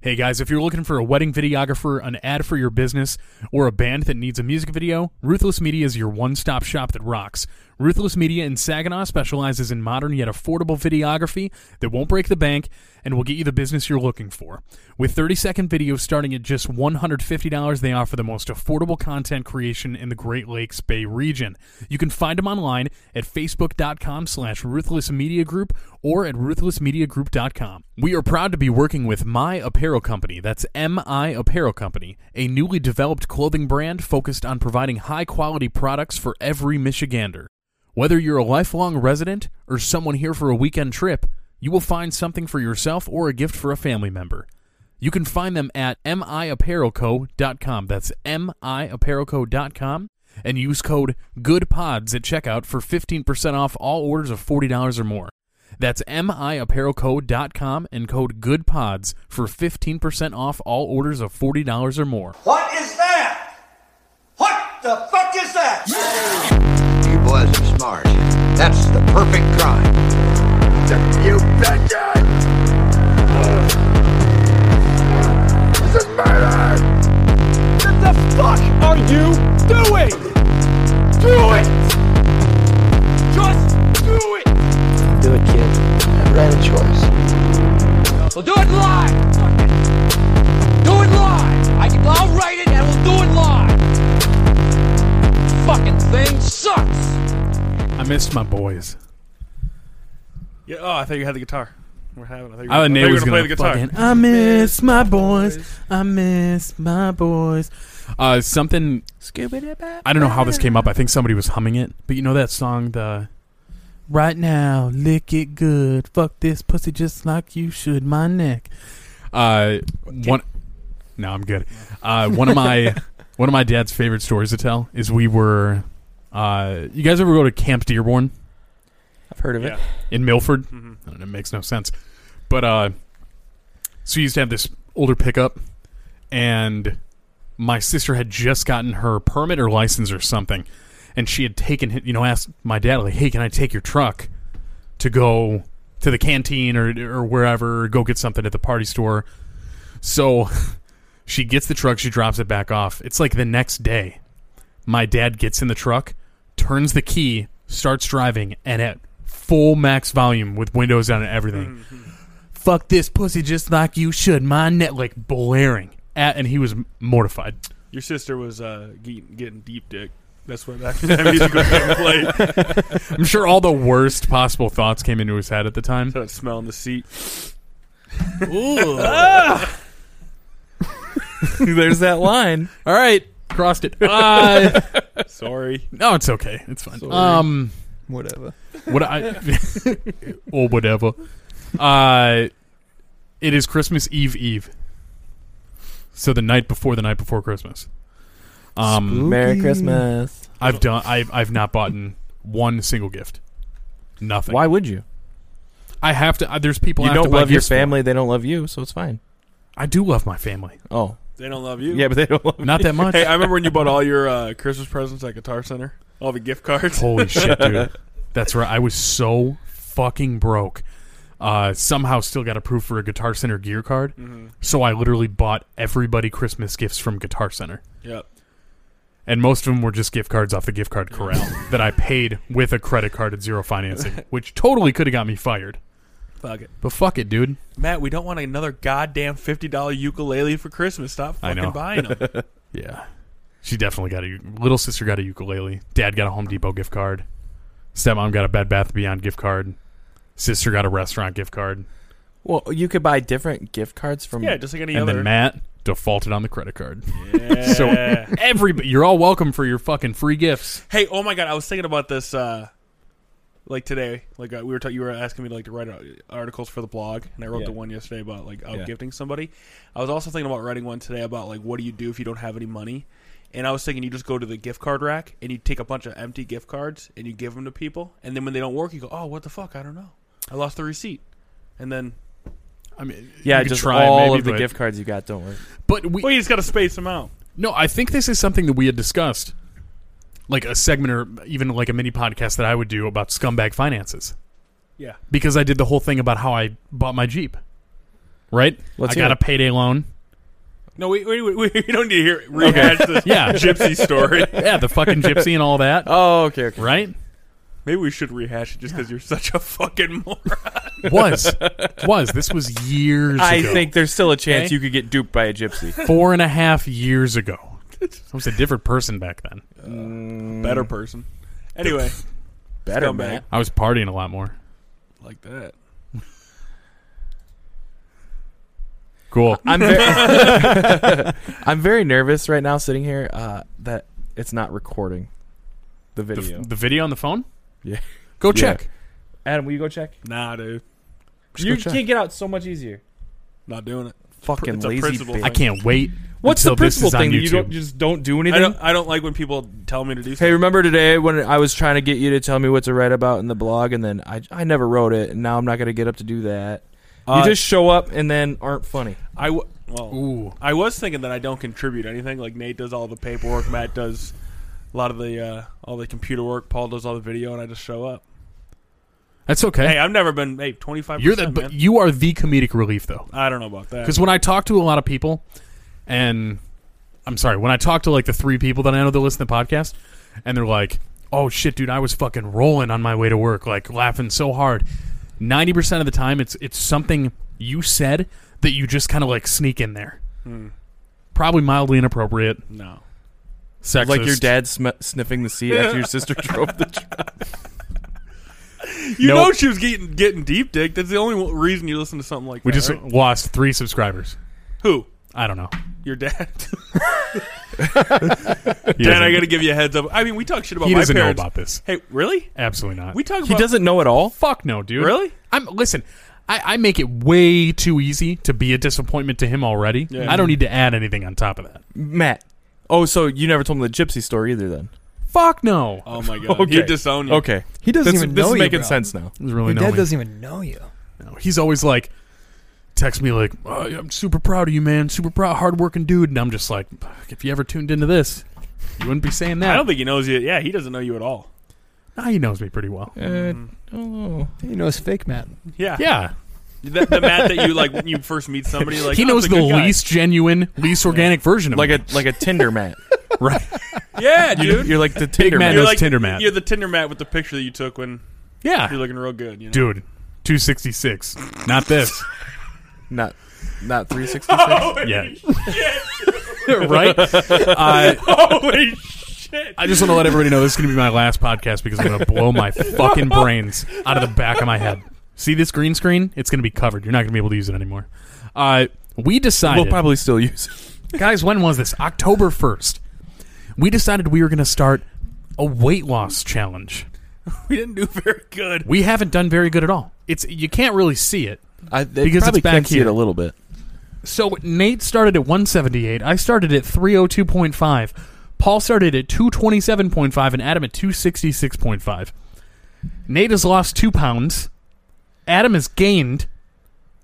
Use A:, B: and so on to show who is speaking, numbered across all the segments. A: Hey guys, if you're looking for a wedding videographer, an ad for your business, or a band that needs a music video, Ruthless Media is your one stop shop that rocks. Ruthless Media in Saginaw specializes in modern yet affordable videography that won't break the bank and will get you the business you're looking for. With 30 second videos starting at just $150, they offer the most affordable content creation in the Great Lakes Bay region. You can find them online at facebook.com slash ruthless media group or at ruthlessmediagroup.com. We are proud to be working with My Apparel Company. That's MI Apparel Company, a newly developed clothing brand focused on providing high quality products for every Michigander. Whether you're a lifelong resident or someone here for a weekend trip, you will find something for yourself or a gift for a family member. You can find them at miapparelco.com. That's miapparelco.com. And use code GOODPODS at checkout for 15% off all orders of $40 or more. That's miapparelco.com and code GOODPODS for 15% off all orders of $40 or more.
B: What is that? What the fuck is that?
C: You boys are smart. That's the perfect crime. You bitches! This is murder!
D: What the fuck are you doing? Do it! Just do it!
E: do it, kid. Never had a choice.
D: We'll do it live! Fuck it. Do it live! I can, I'll write it and we'll do it live! Fucking thing sucks!
A: I missed my boys.
F: Yeah, oh, I thought you had the guitar. We're having. I thought you were,
A: I thought Nate
F: you
A: was
F: were
A: gonna
F: play the guitar.
A: fucking, I miss my boys. I miss my boys. Uh, something. I don't know how this came up. I think somebody was humming it. But you know that song, the. Right now, lick it good. Fuck this pussy just like you should. My neck. Uh, one. No, I'm good. Uh, one of my one of my dad's favorite stories to tell is we were. Uh, you guys ever go to Camp Dearborn?
E: I've heard of
F: Yeah.
E: it.
A: in Milford. I don't know, it makes no sense. But uh, so you used to have this older pickup, and my sister had just gotten her permit or license or something, and she had taken hi- you know asked my dad like, "Hey, can I take your truck to go to the canteen or or wherever, go get something at the party store?" So she gets the truck, she drops it back off. It's like the next day. My dad gets in the truck, turns the key, starts driving, and at full max volume with windows down and everything. Fuck this pussy just like you should. My net like blaring at, and he was m- mortified.
F: Your sister was uh, getting, getting deep dick. That's what that, that music was being played.
A: I'm sure all the worst possible thoughts came into his head at the time.
F: That smell in the seat.
E: There's that line.
A: All right, crossed it. Uh,
F: Sorry.
A: no, it's okay. It's fine.
E: Sorry.
A: Um,
E: Whatever.
A: what I or whatever. Uh, it is Christmas Eve Eve. So the night before the night before Christmas. Um,
E: Mm-hmm. Merry Christmas.
A: I've done. I've I've not bought in one single gift. Nothing.
E: Why would you?
A: I have to. I, there's people. I
E: you
A: have to
E: don't
A: buy
E: love your
A: gifts for.
E: family. They don't love you, so it's fine.
A: I do love my family.
E: Oh,
F: They don't love you.
E: yeah, but they don't love.
A: Not that much.
F: Hey, I remember when you bought all your uh, Christmas presents at Guitar Center. All the gift cards.
A: Holy shit, dude. That's right. I was so fucking broke. Uh, somehow still got approved for a Guitar Center gear card. So I literally bought everybody Christmas gifts from Guitar Center.
F: Yep.
A: And most of them were just gift cards off the gift card corral that I paid with a credit card at zero financing, which totally could have got me fired.
F: Fuck it.
A: But fuck it, dude.
F: Matt, we don't want another goddamn $50 ukulele for Christmas. Stop
A: I
F: fucking
A: know.
F: buying them.
A: Yeah. She definitely got a little sister got a ukulele. Dad got a Home Depot gift card. Stepmom got a Bed Bath Beyond gift card. Sister got a restaurant gift card.
E: Well, you could buy different gift cards from.
F: yeah, just like any
A: and
F: other.
A: then Matt defaulted on the credit card.
F: Yeah.
A: So everybody, you're all welcome for your fucking free gifts.
F: Hey, oh my god, I was thinking about this uh like today. Like uh, we were ta- you were asking me like to write uh, articles for the blog, and I wrote
E: Yeah.
F: the one yesterday about like outgifting
E: Yeah.
F: gifting somebody. I was also thinking about writing one today about like what do you do if you don't have any money? And I was thinking you just go to the gift card rack and you take a bunch of empty gift cards and you give them to people, and then when they don't work, you go, "Oh, what the fuck? I don't know. I lost the receipt." And then
A: I mean,
E: yeah,
A: you could
E: just
A: try
E: all
A: maybe,
E: of the
A: but-
E: gift cards you got. Don't worry.
A: But we
F: well, you just got to space them out.
A: no, I think this is something that we had discussed, like a segment or even like a mini podcast that I would do about scumbag finances,
F: Yeah.
A: because I did the whole thing about how I bought my Jeep. right?
E: Let's
A: I got
E: hear
A: a
E: it.
A: payday loan.
F: No, we we, we, we don't need to hear rehash this
A: Yeah.
F: gypsy story.
A: Yeah, the fucking gypsy and all that,
E: Oh, okay, okay.
A: right?
F: Maybe we should rehash it just because you're such a fucking moron.
A: Was was this was years
E: I
A: ago.
E: think there's still a chance
A: Okay.
E: you could get duped by a gypsy.
A: four and a half years ago. I was a different person back then.
F: Better person. Anyway,
E: Better,
F: Scumbag.
E: man.
A: I was partying a lot more.
F: like that.
A: Cool.
E: I'm very, I'm very nervous right now sitting here uh, that it's not recording the
A: The,
E: video.
A: the video on the phone?
E: Yeah.
A: Go
E: Yeah.
A: check.
E: Adam, will you go check?
F: Nah, dude,
E: Just
A: You
E: go check.
A: can't
E: get out so much easier.
F: not doing it.
E: Fucking
F: It's a
E: lazy
F: principle
E: bitch.
A: I can't wait.
E: What's the
A: until this
E: principal
A: is on
E: thing that you
A: YouTube.
E: don't just don't do
F: I
E: anything?
F: don't. I don't like when people tell me to do.
E: Hey,
F: Something.
E: remember today when I was trying to get you to tell me what to write about in the blog, and then I, I never wrote it, and now I'm not going to get up to do that.
F: Uh,
E: you just show up and then aren't funny.
F: I w- well,
A: Ooh.
F: I was thinking that I don't contribute anything. Like Nate does all the paperwork, Matt does a lot of the uh, all the computer work, Paul does all the video, and I just show up.
A: That's okay.
F: Hey, I've never been hey twenty five.
A: You're the but
F: man.
A: you are the comedic relief though.
F: I don't know about that.
A: Because when I talk to a lot of people, and I'm sorry, when I talk to like the three people that I know that listen to the podcast, and they're like, "Oh shit, dude, I was fucking rolling on my way to work, like laughing so hard." Ninety percent of the time, it's it's something you said that you just kind of like sneak in there, probably mildly inappropriate,
F: no,
A: sexist.
E: Like your dad sm- sniffing the seat after your sister drove the truck.
F: you
A: No.
F: know she was getting getting deep dick. That's the only one- reason you listen to something like
A: We
F: that.
A: just
F: right?
A: lost three subscribers.
F: who
A: I don't know.
F: your dad.
A: He
F: dad, I
A: doesn't-
F: gotta give you a heads up. I mean, we talk shit about
A: He
F: my
A: doesn't know
F: parents.
A: about this.
F: Hey, really?
A: Absolutely not.
F: We talk.
E: He
F: about,
E: doesn't know at all.
A: Fuck no, dude.
F: Really?
A: I'm listen. I, I make it way too easy to be a disappointment to him already.
F: Yeah.
A: I don't need to add anything on top of that.
E: Matt. Oh, so you never told him the gypsy story either then?
A: Fuck no.
F: Oh my god, he disowned you.
E: Okay.
G: He doesn't
E: That's-
G: even
E: this
G: know
E: is
G: you,
E: making
G: bro.
E: sense now.
A: It's really
G: Your
A: no.
G: dad doesn't even know you.
A: He's always like, text me like, "Oh, yeah, I'm super proud of you, man. Super proud, hardworking dude. And I'm just like, "Fuck, if you ever tuned into this, you wouldn't be saying that.
F: I don't think he knows you. Yeah, he doesn't know you at all.
A: Nah, he knows me pretty well.
G: He knows fake Matt.
F: Yeah,
A: Yeah,
F: The, the Matt that you like when you first meet somebody, like
A: he
F: "Oh,
A: knows
F: it's a
A: the
F: good guy."
A: least genuine, least organic version of
E: Like
A: me.
E: a like a Tinder Matt.
A: right.
F: Yeah, dude.
E: You're like the Tinder
A: Matt knows
E: Matt.
F: You're like
A: Tinder Matt.
F: You're the Tinder Matt with the picture that you took when you're
A: Yeah,
F: looking real good. You know?
A: dude, two sixty six. Not this.
E: Not not 366.
A: Yeah. right? Uh,
F: Holy shit!
A: I just want to let everybody know this is going to be my last podcast because I'm going to blow my fucking brains out of the back of my head. See this green screen? It's going to be covered. You're not going to be able to use it anymore. Uh, we decided,
E: we'll probably still use it.
A: guys, when was this? October 1st. We decided we were going to start a weight loss challenge.
F: We didn't do very good.
A: We haven't done very good at all. It's you can't really see it.
E: I, they
A: Because
E: probably
A: it's back
E: can see it
A: here.
E: a little bit.
A: So Nate started at 178. I started at 302.5. Paul started at 227.5 and Adam at 266.5. Nate has lost two pounds. Adam has gained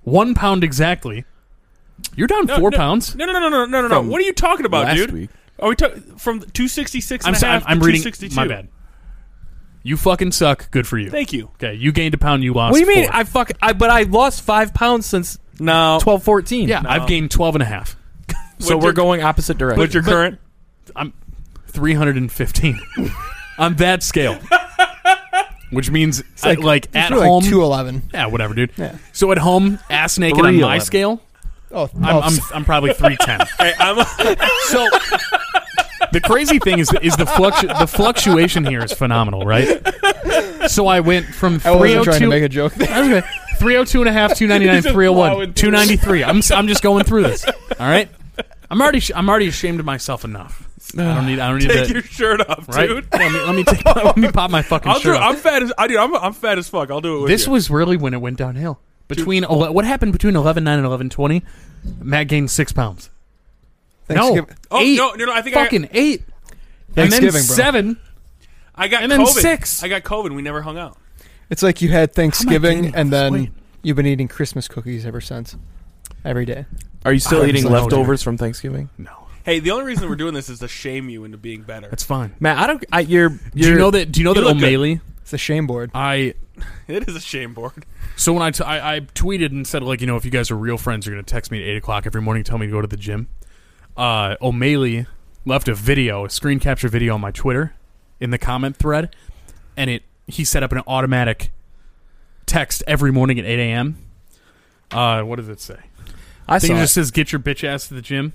A: one pound exactly. You're down four
F: no,
A: pounds.
F: No, no, no, no, no, no, no, no.
E: From
F: What are you talking about,
E: last
F: dude?
E: week.
F: Are we talking from 266?
A: I'm
F: and a
A: sorry. I'm,
F: half
A: I'm
F: to
A: reading.
F: 262?
A: My bad. You fucking suck. Good for you.
F: Thank you.
A: Okay, you gained a pound. You lost.
E: What do you mean?
A: four.
E: I fuck. I but I lost five pounds since
F: No,
E: 12, 14.
A: yeah, I've gained 12 and a half.
E: So
F: What's
E: we're
F: your-
E: going opposite direction.
F: What's your current?
A: 315 on that scale. Which means I- like, at
G: You're like
A: home
G: 211.
A: Yeah, whatever, dude. So at home, ass naked on my
E: 311.
A: scale,
G: Oh,
A: I'm,
G: oh,
A: I'm, I'm probably three ten.
F: Hey, I'm
A: so the crazy thing is is the fluctu- the fluctuation here is phenomenal, right? So I went from
G: I wasn't trying to
A: 302
G: make a joke. there.
A: That's okay. 302 and a half, 299, 301, 293. I'm, s- I'm just going through this. All right? I'm already sh- I'm already ashamed of myself enough. I don't need I don't need
F: take
A: to,
F: your shirt off,
A: right?
F: dude.
A: Let me let me, take, let me pop my fucking
F: I'll
A: shirt.
F: do.
A: off.
F: I'm fat as I do. I'm, I'm fat as fuck. I'll do it with
A: This
F: you.
A: was really when it went downhill. Between ele- what happened between eleven nine and eleven twenty, Matt gained six pounds. No,
G: Thanksgiving-
F: Oh,
A: eight.
F: no, no, no, I think I got-
A: fucking eight. And then
G: Thanksgiving, bro.
A: seven.
F: I got
A: and then
F: COVID.
A: six.
F: I got COVID. We never hung out.
G: It's like you had Thanksgiving
A: gaining
G: and
A: this
G: then
A: weight?
G: you've been eating Christmas cookies ever since. Every day.
E: Are you still
A: I'm
E: eating
A: so- no,
E: leftovers from Thanksgiving?
A: No,
F: Hey, the only reason we're doing this is to shame you into being better.
A: that's fine.
E: Matt, I don't. I, you're,
A: Do
E: you're.
A: you know that? Do you know
F: you
A: that
F: look good.
A: O'Malley?
G: It's a shame board.
A: I
F: It is a shame board.
A: so when I, t- I I tweeted and said like you know if you guys are real friends you're gonna text me at eight o'clock every morning tell me to go to the gym. Uh, O'Malley left a video, a screen capture video on my Twitter, in the comment thread, and it he set up an automatic text every morning at eight a.m. Uh, what does it say?
E: I
A: I think
E: saw
A: it
E: it.
A: just says get your bitch ass to the gym.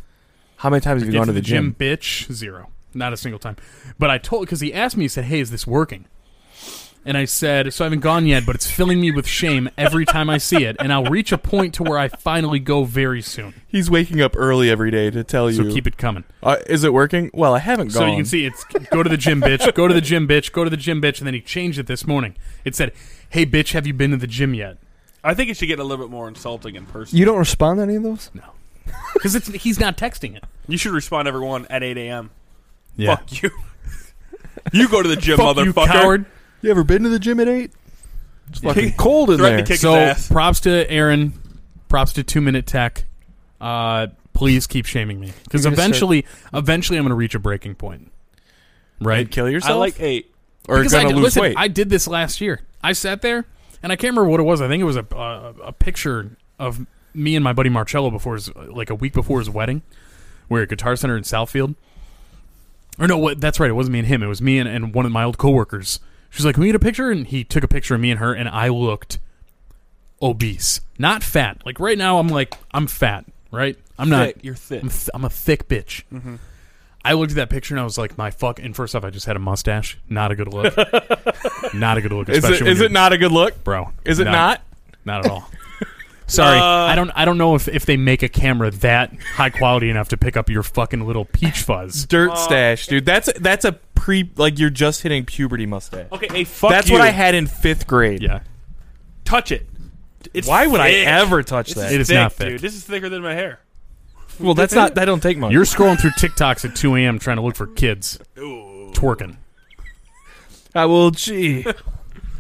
E: How many times have you
A: Get
E: gone
A: to
E: to the gym?
A: bitch zero not a single time but i told because he asked me he said hey is this working and i said so i haven't gone yet but it's filling me with shame every time i see it and i'll reach a point to where i finally go very soon
E: He's waking up early every day to tell
A: so
E: you.
A: keep it coming
E: Uh, is it working? Well, I haven't
A: so
E: gone.
A: you can see it's go to the gym bitch go to the gym bitch go to the gym bitch and then he changed it this morning it said hey bitch have you been to the gym yet
F: I think it should get a little bit more insulting in person.
G: You don't respond to any of those?
A: because he's not texting it
F: You should respond everyone at 8 a.m.
A: yeah
F: Fuck you. you go to the gym,
A: Fuck
F: motherfucker.
A: you, coward.
E: You ever been to the gym at eight? It's fucking
F: Kick-
E: cold in
F: threaten to
E: there.
F: kick- his
A: so
F: ass.
A: props to Aaron. Props to Two Minute Tech. Uh, please keep shaming me because
G: You're gonna start-
A: eventually, eventually, I'm going to reach a breaking point. Right?
E: You'd kill
F: I
E: yourself.
F: like 8.
E: or
A: because
E: gonna
A: I,
E: lose
A: listen,
E: weight.
A: I did this last year. I sat there and I can't remember what it was. I think it was a a, a picture of me and my buddy Marcello before his like a week before his wedding. We're at Guitar Center in Southfield. Or no, what, that's right. It wasn't me and him. It was me and, and one of my old coworkers. She's like, "Can we get a picture?" And he took a picture of me and her, and I looked obese, not fat. Like right now, I'm like I'm fat. Right? I'm not.
F: Thick. You're thick.
A: I'm, th- I'm a thick bitch. I looked at that picture and I was like, my fuck. And first off, I just had a mustache. Not a good look. not a good look.
E: is
A: Especially
E: it
A: when
E: is
A: you're-
E: it not a good look?
A: bro?
E: Is it
A: No,
E: not?
A: Not at all. Sorry, I don't. I don't know if, if they make a camera that high quality enough to pick up your fucking little peach fuzz.
E: Dirt stash, dude. That's that's a pre like you're just hitting puberty mustache.
F: Okay, hey, fuck
E: that's
F: you.
E: what I had in fifth grade.
A: Yeah,
F: Touch it. It's
E: Why would
F: thick.
E: I ever touch
F: This
E: that?
F: is
A: It is
F: thick,
A: not thick.
F: dude. This is thicker than my hair.
E: well, that's not. That don't take much.
A: you're scrolling through TikToks at 2 a.m. trying to look for kids twerking.
E: I will. Gee.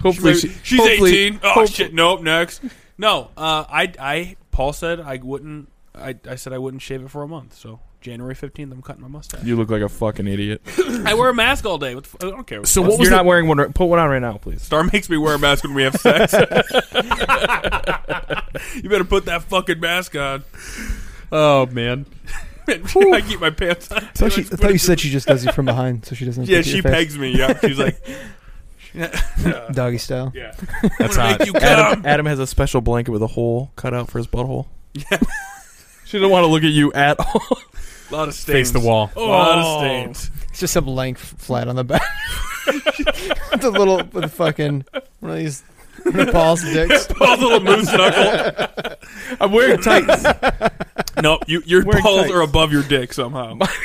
E: Hopefully, she,
F: She's
E: hopefully-
F: 18. Oh,
E: hope-
F: shit. Nope, next. No, uh, I, I, Paul said I wouldn't, I, I said I wouldn't shave it for a month. So January 15th, I'm cutting my mustache.
E: You look like a fucking idiot.
F: I wear a mask all day. What the fu- I don't care.
A: So what was
E: You're
A: the-
E: not wearing one. right- Put one on right now, please.
F: Star makes me wear a mask when we have sex. you better put that fucking mask on.
A: Oh man,
F: I keep my pants on.
G: I thought, she, I thought you said she just does it from behind, so she doesn't.
F: Yeah,
G: look at
F: she
G: your face.
F: pegs me. Yeah, she's like,
G: doggy style.
F: yeah.
A: that's
F: I'm gonna
A: hot.
F: make you
E: Adam,
F: come.
E: Adam has a special blanket with a hole cut out for his butthole. she didn't want to look at you at all.
F: A lot of
A: Face
F: stains.
A: the wall.
E: Oh,
F: A lot Oh, of stains.
G: It's just some lank f- flat on the back. with a little with a fucking one of these Nepal's dicks.
F: Paul's little moose knuckle.
E: I'm wearing tights.
F: No, you, your
E: Wearing
F: balls
E: tights.
F: are above your dick somehow. hey,
A: What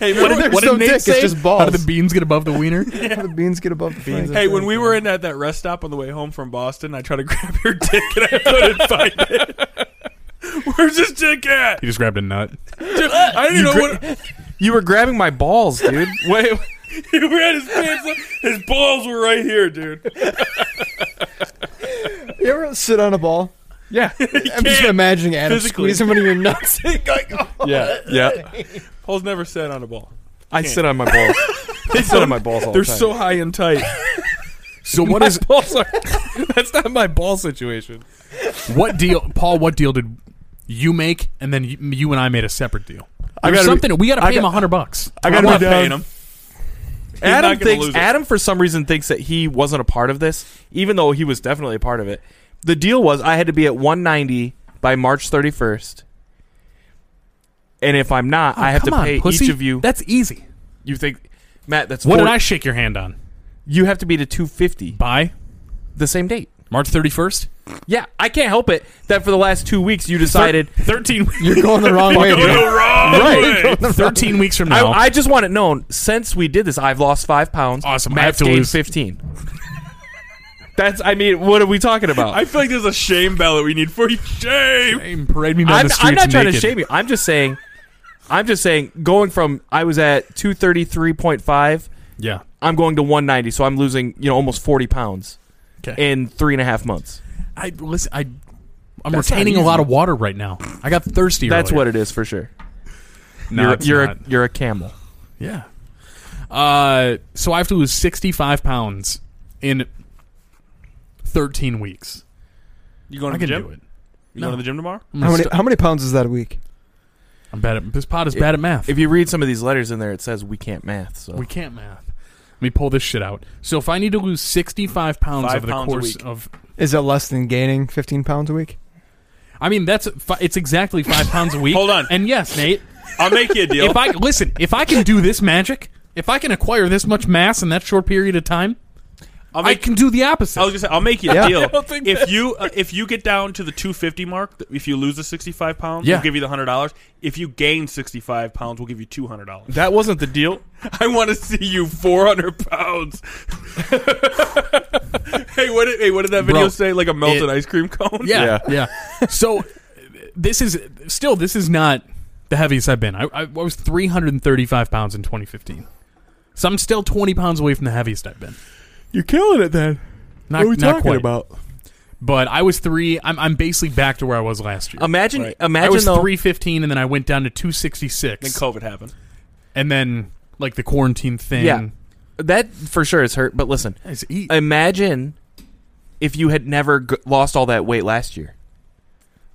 F: remember-
A: did,
G: There's
A: what
G: no
A: did Nate
G: dick, it's
A: say?
G: just
A: How did
G: balls.
A: the beans get above the wiener?
G: How the beans get above the beans.
F: hey, when we were in at that rest stop on the way home from Boston, I tried to grab your dick and I couldn't find it. Where's his dick at?
A: He just grabbed a nut.
F: Dude, I didn't know what.
E: you were grabbing my balls, dude. Wait,
F: He ran his pants. Up. His balls were right here, dude.
G: you ever sit on a ball?
E: yeah,
G: I'm just
F: can't
G: imagining Adam
F: physically.
G: squeezing one of your nuts.
E: yeah, yeah.
F: Paul's never sat on a ball.
E: I sit on my balls. I sit on my balls all
F: They're
E: the time.
F: so high and tight.
A: So what is
E: balls are. That's not my ball situation.
A: what deal, Paul? What deal did you make? And then you, you and I made a separate deal.
E: I
A: There's
E: gotta be-
A: something we got to
E: I
A: pay him
E: got-
A: a hundred bucks.
E: I
F: I'm
E: gotta
F: not
E: be
F: paying
E: down.
F: him.
E: Adam
F: not gonna lose
E: thinks
F: it.
E: Adam for some reason thinks that he wasn't a part of this, even though he was definitely a part of it. The deal was I had to be at 190 by March 31st, and if I'm not, I have to
A: Oh, Come on,
E: pay
A: pussy.
E: each of you.
A: That's easy.
E: you think, Matt? That's
A: What did
E: four-
A: I shake your hand on?
E: you have to be to 250
A: By
E: the same date.
A: March thirty first.
E: Yeah, I can't help it that for the last two weeks you decided.
A: thirteen. weeks-
G: You're going the wrong way.
F: Go
G: bro.
F: wrong way.
A: Thirteen weeks from
E: I,
A: now.
E: I just want it known since we did this, I've lost five pounds.
A: Awesome, I have
E: Matt's
A: to
E: gained
A: lose.
E: 15. That's. I mean, what are we talking about?
F: I feel like there's a shame bell that we need for you. Shame.
A: Shame, parade me down
E: I'm,
A: the
E: I'm
A: streets
E: not trying to
A: naked.
E: shame you. I'm just saying. I'm just saying. Going from I was at two thirty three point five.
A: Yeah.
E: I'm going to one ninety. So I'm losing you know almost forty pounds
A: Okay.
E: in three and a half months.
A: I listen. I. I'm
E: That's not
A: retaining a
E: easy.
A: lot of water right now. I got thirsty.
E: That's
A: earlier.
E: what it is for sure.
A: No,
E: you're
A: it's
E: you're
A: not.
E: a you're a camel.
A: Yeah. Uh, so I have to lose 65 pounds in 13 weeks.
F: You going
A: I
F: to the
A: can
F: gym?
A: do it.
F: You
A: No.
F: going to the gym tomorrow?
A: I'm,
G: How
A: gonna
G: many
A: st-
G: how many pounds is that a week?
A: I'm bad at this pod is bad at math.
E: If you read some of these letters in there, it says we can't math. So
A: we can't math. Let me pull this shit out. So if I need to lose 65 pounds
F: Five
A: over the
F: pounds a
A: course
F: week.
A: of
G: Is it less than gaining 15 pounds a week?
A: I mean that's fi- it's exactly 5 pounds a week.
F: Hold on.
A: And yes, Nate,
F: I'll make you a deal.
A: if I listen, if I can do this magic, if I can acquire this much mass in that short period of time,
F: I'll
A: I
F: make,
A: can do the opposite.
F: I was gonna say I'll make you a
G: Yeah.
F: deal.
G: I
F: if you uh, if you get down to the 250 mark, th- if you lose the 65 pounds,
A: Yeah.
F: we'll give you the hundred dollars. If you gain 65 pounds, we'll give you 200 dollars.
E: that wasn't the deal.
F: I want to see you 400 pounds. hey, what did hey, what did that video
A: Bro,
F: say? Like a melted
A: it-
F: ice cream cone?
A: Yeah, yeah. so uh, this is still this is not the heaviest I've been. I, I was 335 pounds in 2015, so I'm still 20 pounds away from the heaviest I've been.
E: You're killing it then.
A: Not,
E: What are we
A: not
E: talking
A: quite,
E: about?
A: But I was three. I'm, I'm basically back to where I was last year.
E: Imagine,
F: Right.
A: I
E: imagine
A: was
E: though.
A: 315, and then I went down to
F: Then
A: 266,
F: COVID happened.
A: and then like the quarantine thing. e,
E: Yeah. Uh, That for sure is hurt. But listen,
A: I just eat.
E: imagine if you had never g- lost all that weight last year.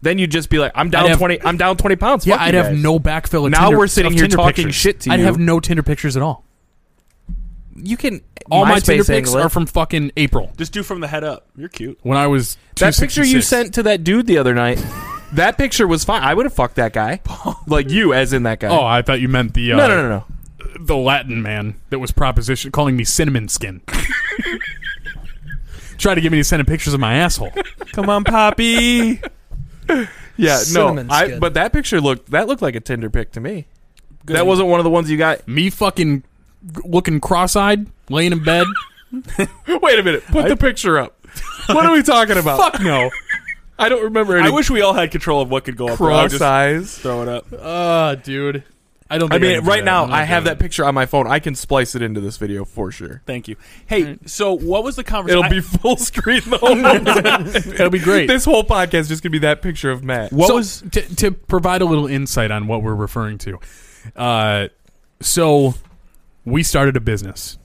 E: Then you'd just be like, I'm down
A: I'd have-
E: twenty. I'm down twenty pounds.
A: yeah,
E: Fuck you
A: I'd have
E: guys.
A: no backfill. Of
E: Now
A: Tinder-
E: we're sitting
A: of
E: here
A: Tinder
E: talking
A: pictures.
E: shit to
A: I'd
E: you.
A: have no Tinder pictures at all.
E: You can
A: All my Tinder
E: MySpace
A: pics
E: angle it.
A: are from fucking April
F: Just do from the head up. You're cute.
A: when I was.
E: that picture you
A: 266.
E: sent to that dude the other night. that picture was fine. I would have fucked that guy, like you, as in that guy.
A: Oh, I thought you meant the uh,
E: no, no, no, no.
A: the Latin man that was proposition calling me cinnamon skin. Try to get me to send him pictures of my asshole.
F: Come on, Poppy.
E: Yeah, no.
G: Cinnamon
E: I,
G: skin.
E: but that picture looked that looked like a Tinder pic to me. That wasn't one of the ones you got.
A: Me fucking g- looking cross-eyed, laying in bed.
E: Wait a minute. Put the picture up. What are we talking about?
A: Fuck no.
E: I don't remember any
F: I wish we all had control of what could go up. there. I would
E: cross
F: just
E: eyes.
F: throw it up.
A: Uh, dude. I don't.
E: I
A: Think
E: mean,
A: can do
E: right
A: that.
E: now
A: I'm not
E: I have
A: doing
E: that picture on my phone. I can splice it into this video for sure.
F: Thank you. Hey, so what was the conversation?
E: It'll be full screen the whole
A: it. It'll be great.
E: This whole podcast is just gonna be that picture of Matt.
A: What was to, to provide a little insight on what we're referring to? Uh, so we started a business,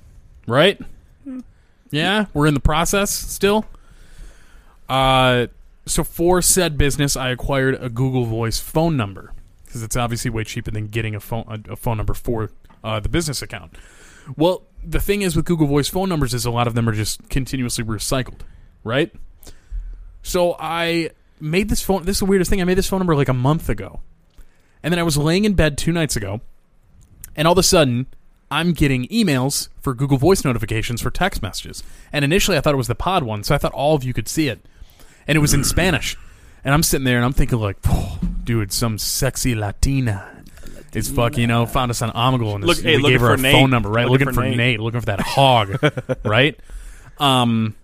A: right? Hmm. Yeah, we're in the process still. Uh, so for said business, I acquired a Google Voice phone number because it's obviously way cheaper than getting a phone a, a phone number for uh, the business account. Well, the thing is with Google Voice phone numbers is a lot of them are just continuously recycled, right? So I made this phone. This is the weirdest thing. I made this phone number like a month ago, and then I was laying in bed two nights ago, and all of a sudden I'm getting emails for Google Voice notifications for text messages. And initially I thought it was the pod one, so I thought all of you could see it, and it was in Spanish. And I'm sitting there and I'm thinking like, "Phew, dude, some sexy Latina. Is fuck you know found us on Omegle and
F: Look-
A: is-
F: hey,
A: we
F: looking
A: gave her
F: for
A: our
F: Nate.
A: phone number right looking,
F: Looking
A: for,
F: for
A: Nate.
F: Nate.
A: looking for that hog right um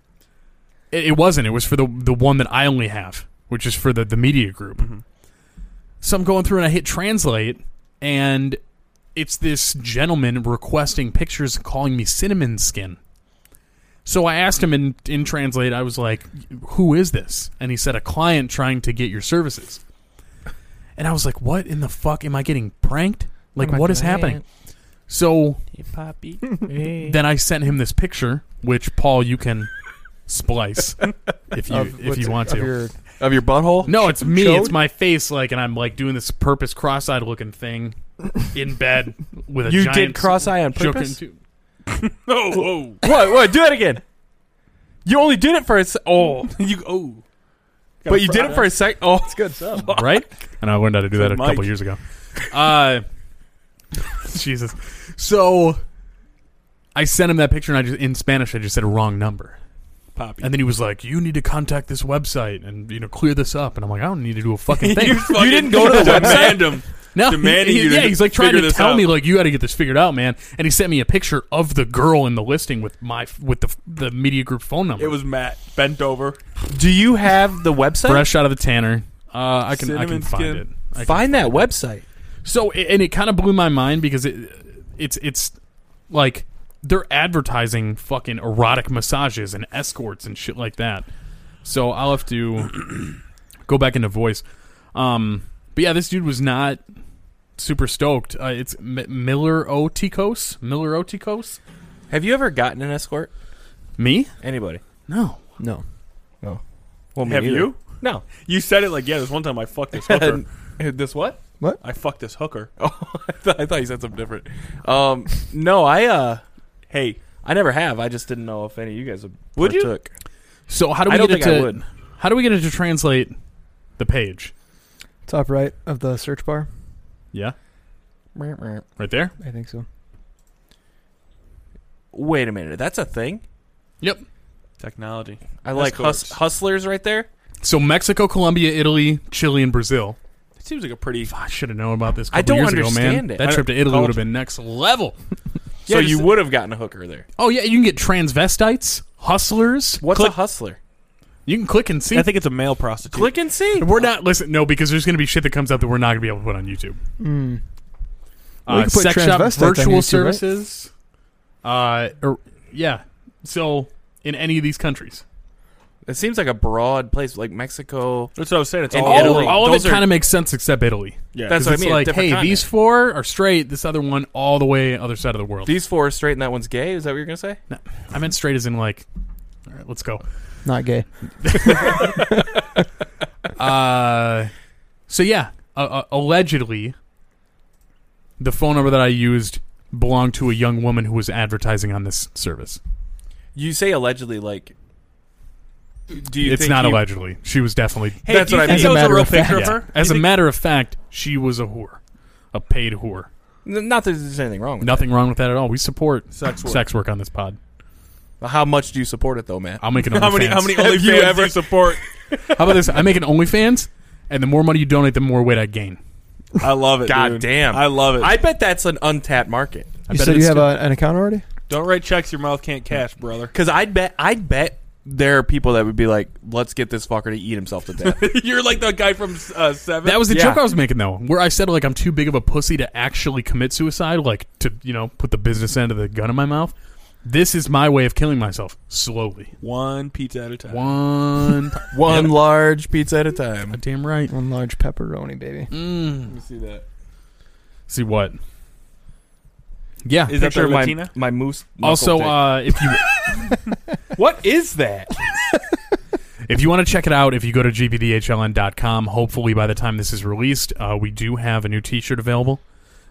A: it, it wasn't. It was for the the one that I only have, which is for the the media group. So I'm going through and I hit translate, and it's this gentleman requesting pictures, and calling me cinnamon skin. So I asked him in in translate. I was like, "Who is this?" And he said, "A client trying to get your services." And I was like, "What in the fuck am I getting pranked? Like, what is happening?" So
D: Poppy.
A: then I sent him this picture, which Paul, you can splice if you
G: Of
A: if
G: what's-
A: you want
G: of
A: to.
G: your-
E: of your butthole?
A: no, it's me.
G: showed?
A: It's my face, like, and I'm like doing this purpose cross-eyed looking thing in bed with a
E: you
A: giant
E: did cross eye on
A: joke
E: purpose.
A: into-
F: Oh, oh.
E: What? What? Do that again. You only did it for a sec. Oh,
F: you oh.
E: but you did it for a sec. Oh, it's good.
A: right? And I learned how to do that a
F: like
A: couple
F: Mike.
A: years ago. Uh, Jesus. So I sent him that picture, and I just in Spanish I just said a wrong number.
F: Poppy.
A: And then he was like, "You need to contact this website and you know clear this up." And I'm like, "I don't need to do a fucking thing."
F: you didn't go to the website. Him.
A: No,
F: demanding
A: he-
F: you to
A: yeah, he's like trying
F: figure
A: to
F: this
A: tell
F: out.
A: me like you got to get this figured out, man. And he sent me a picture of the girl in the listing with my with the the media group phone number.
F: It was Matt bent over.
E: Do you have the website?
A: fresh out of the tanner. Uh, I can I can
F: Cinnamon
A: find
F: skin.
A: it. I can-
E: Find that website.
A: so a- and it kind of blew my mind because it it's it's like they're advertising fucking erotic massages and escorts and shit like that. So I'll have to go back into voice. Um, but yeah, this dude was not super stoked. Uh, it's M- Miller Otikos. Miller Otikos.
E: Have you ever gotten an escort?
A: Me?
E: Anybody?
A: No.
G: No.
E: Well, me
F: Have
E: neither.
F: you?
E: No.
F: You said it like, yeah, this one time I fucked this hooker.
E: this what?
F: I fucked this hooker.
E: Oh, I, thought I thought you said something different. Um, no, I uh, hey, I never have. I just didn't know if any of you guys would.
F: Would you?
E: partook.
A: So how do we
E: I don't
A: get it
E: think I
A: to-
E: would.
A: How do we get it to translate the page?
G: Top right of the search bar.
A: Yeah. Right there?
G: I think so.
E: Wait a minute, that's a thing.
A: Yep.
F: Technology.
E: I like hus-
F: Escorts.
E: hustlers right there.
A: So Mexico, Colombia, Italy, Chile, and Brazil.
F: It seems like a pretty.
A: I should have known about this. A couple
E: I don't
A: years ago, man.
E: understand it.
A: That
E: I
A: trip to
E: don't-
A: Italy
E: Oh.
A: would have been next level.
E: So
F: just-
E: you would have gotten a hooker there.
A: Oh yeah, you can get transvestites, hustlers.
E: What's
F: Click-
E: a hustler?
A: You can click and see.
F: I think it's a male prostitute.
E: Click and see.
A: we're not listen. No, because there's going to be shit that comes up that we're not going to be able to put on YouTube.
G: Well, you
A: Uh,
G: can Hmm. put
A: sex shop
G: transvestite on
A: virtual
G: YouTube, right?
A: services. Uh, or, yeah. So in any of these countries,
E: It seems like a broad place, like Mexico.
F: That's what I was saying. It's
E: And
F: all
A: all,
E: Italy.
A: all of
E: Those
A: it
E: are-
A: kind of makes sense except Italy.
F: Yeah,
A: 'Cause
E: That's what I
A: it's
E: mean. a
A: like, hey,
E: different continent.
A: these four are straight. This other one all the way other side of the world.
E: these four are straight and that one's gay. Is that what you're gonna say?
A: I meant straight as in like, all right, let's go.
G: Not gay.
A: Uh, so yeah, uh, uh, allegedly, the phone number that I used belonged to a young woman who was advertising on this service.
E: You say allegedly, like. Do you?
A: it's
E: think
A: not
E: you-
A: allegedly. She was definitely.
F: Hey,
E: That's
F: do you
E: what I
F: think
E: mean.
F: that was
G: As a
F: a real
G: matter of
F: picture
A: Yeah.
F: of her?
A: As
F: You
A: a
F: think-
A: matter of fact, she was a whore, a paid whore.
E: N- Not that there's anything wrong. with
A: Nothing wrong with that at all. We support
F: Sex work.
A: sex work on this pod.
E: it. How much do you support it though, man?
A: I'll make an OnlyFans.
F: How many? How many
E: Have
F: OnlyFans
E: you
F: do
E: ever-
F: you support?
A: How about this? I make an OnlyFans, and the more money you donate, the more weight I gain.
F: I love it.
E: God
F: dude.
E: damn.
F: I love it.
E: I bet that's an untapped market.
A: I
G: You
A: bet
G: said
A: it's
G: you have
A: good.
G: a, an account already?
F: Don't write checks your mouth can't cash, brother.
E: Because I'd bet I'd bet there are people that would be like, let's get this fucker to eat himself to death.
F: You're like the guy from uh, Seven.
A: That was the
E: Yeah.
A: joke I was making though, where I said like I'm too big of a pussy to actually commit suicide, like to you know put the business end of the gun in my mouth. This is my way of killing myself slowly.
F: one pizza at a time.
A: One,
E: One large pizza at a time.
A: damn right.
G: One large pepperoni, baby.
F: Let me see that.
A: See what? Yeah.
F: Is that
E: Picture
F: the
E: of my
F: Latina?
E: my moose. knuckle
A: also,
E: dick.
A: uh, if you
E: what is that?
A: if you want to check it out, if you go to gbdhln.com, hopefully by the time this is released, uh, we do have a new T-shirt available.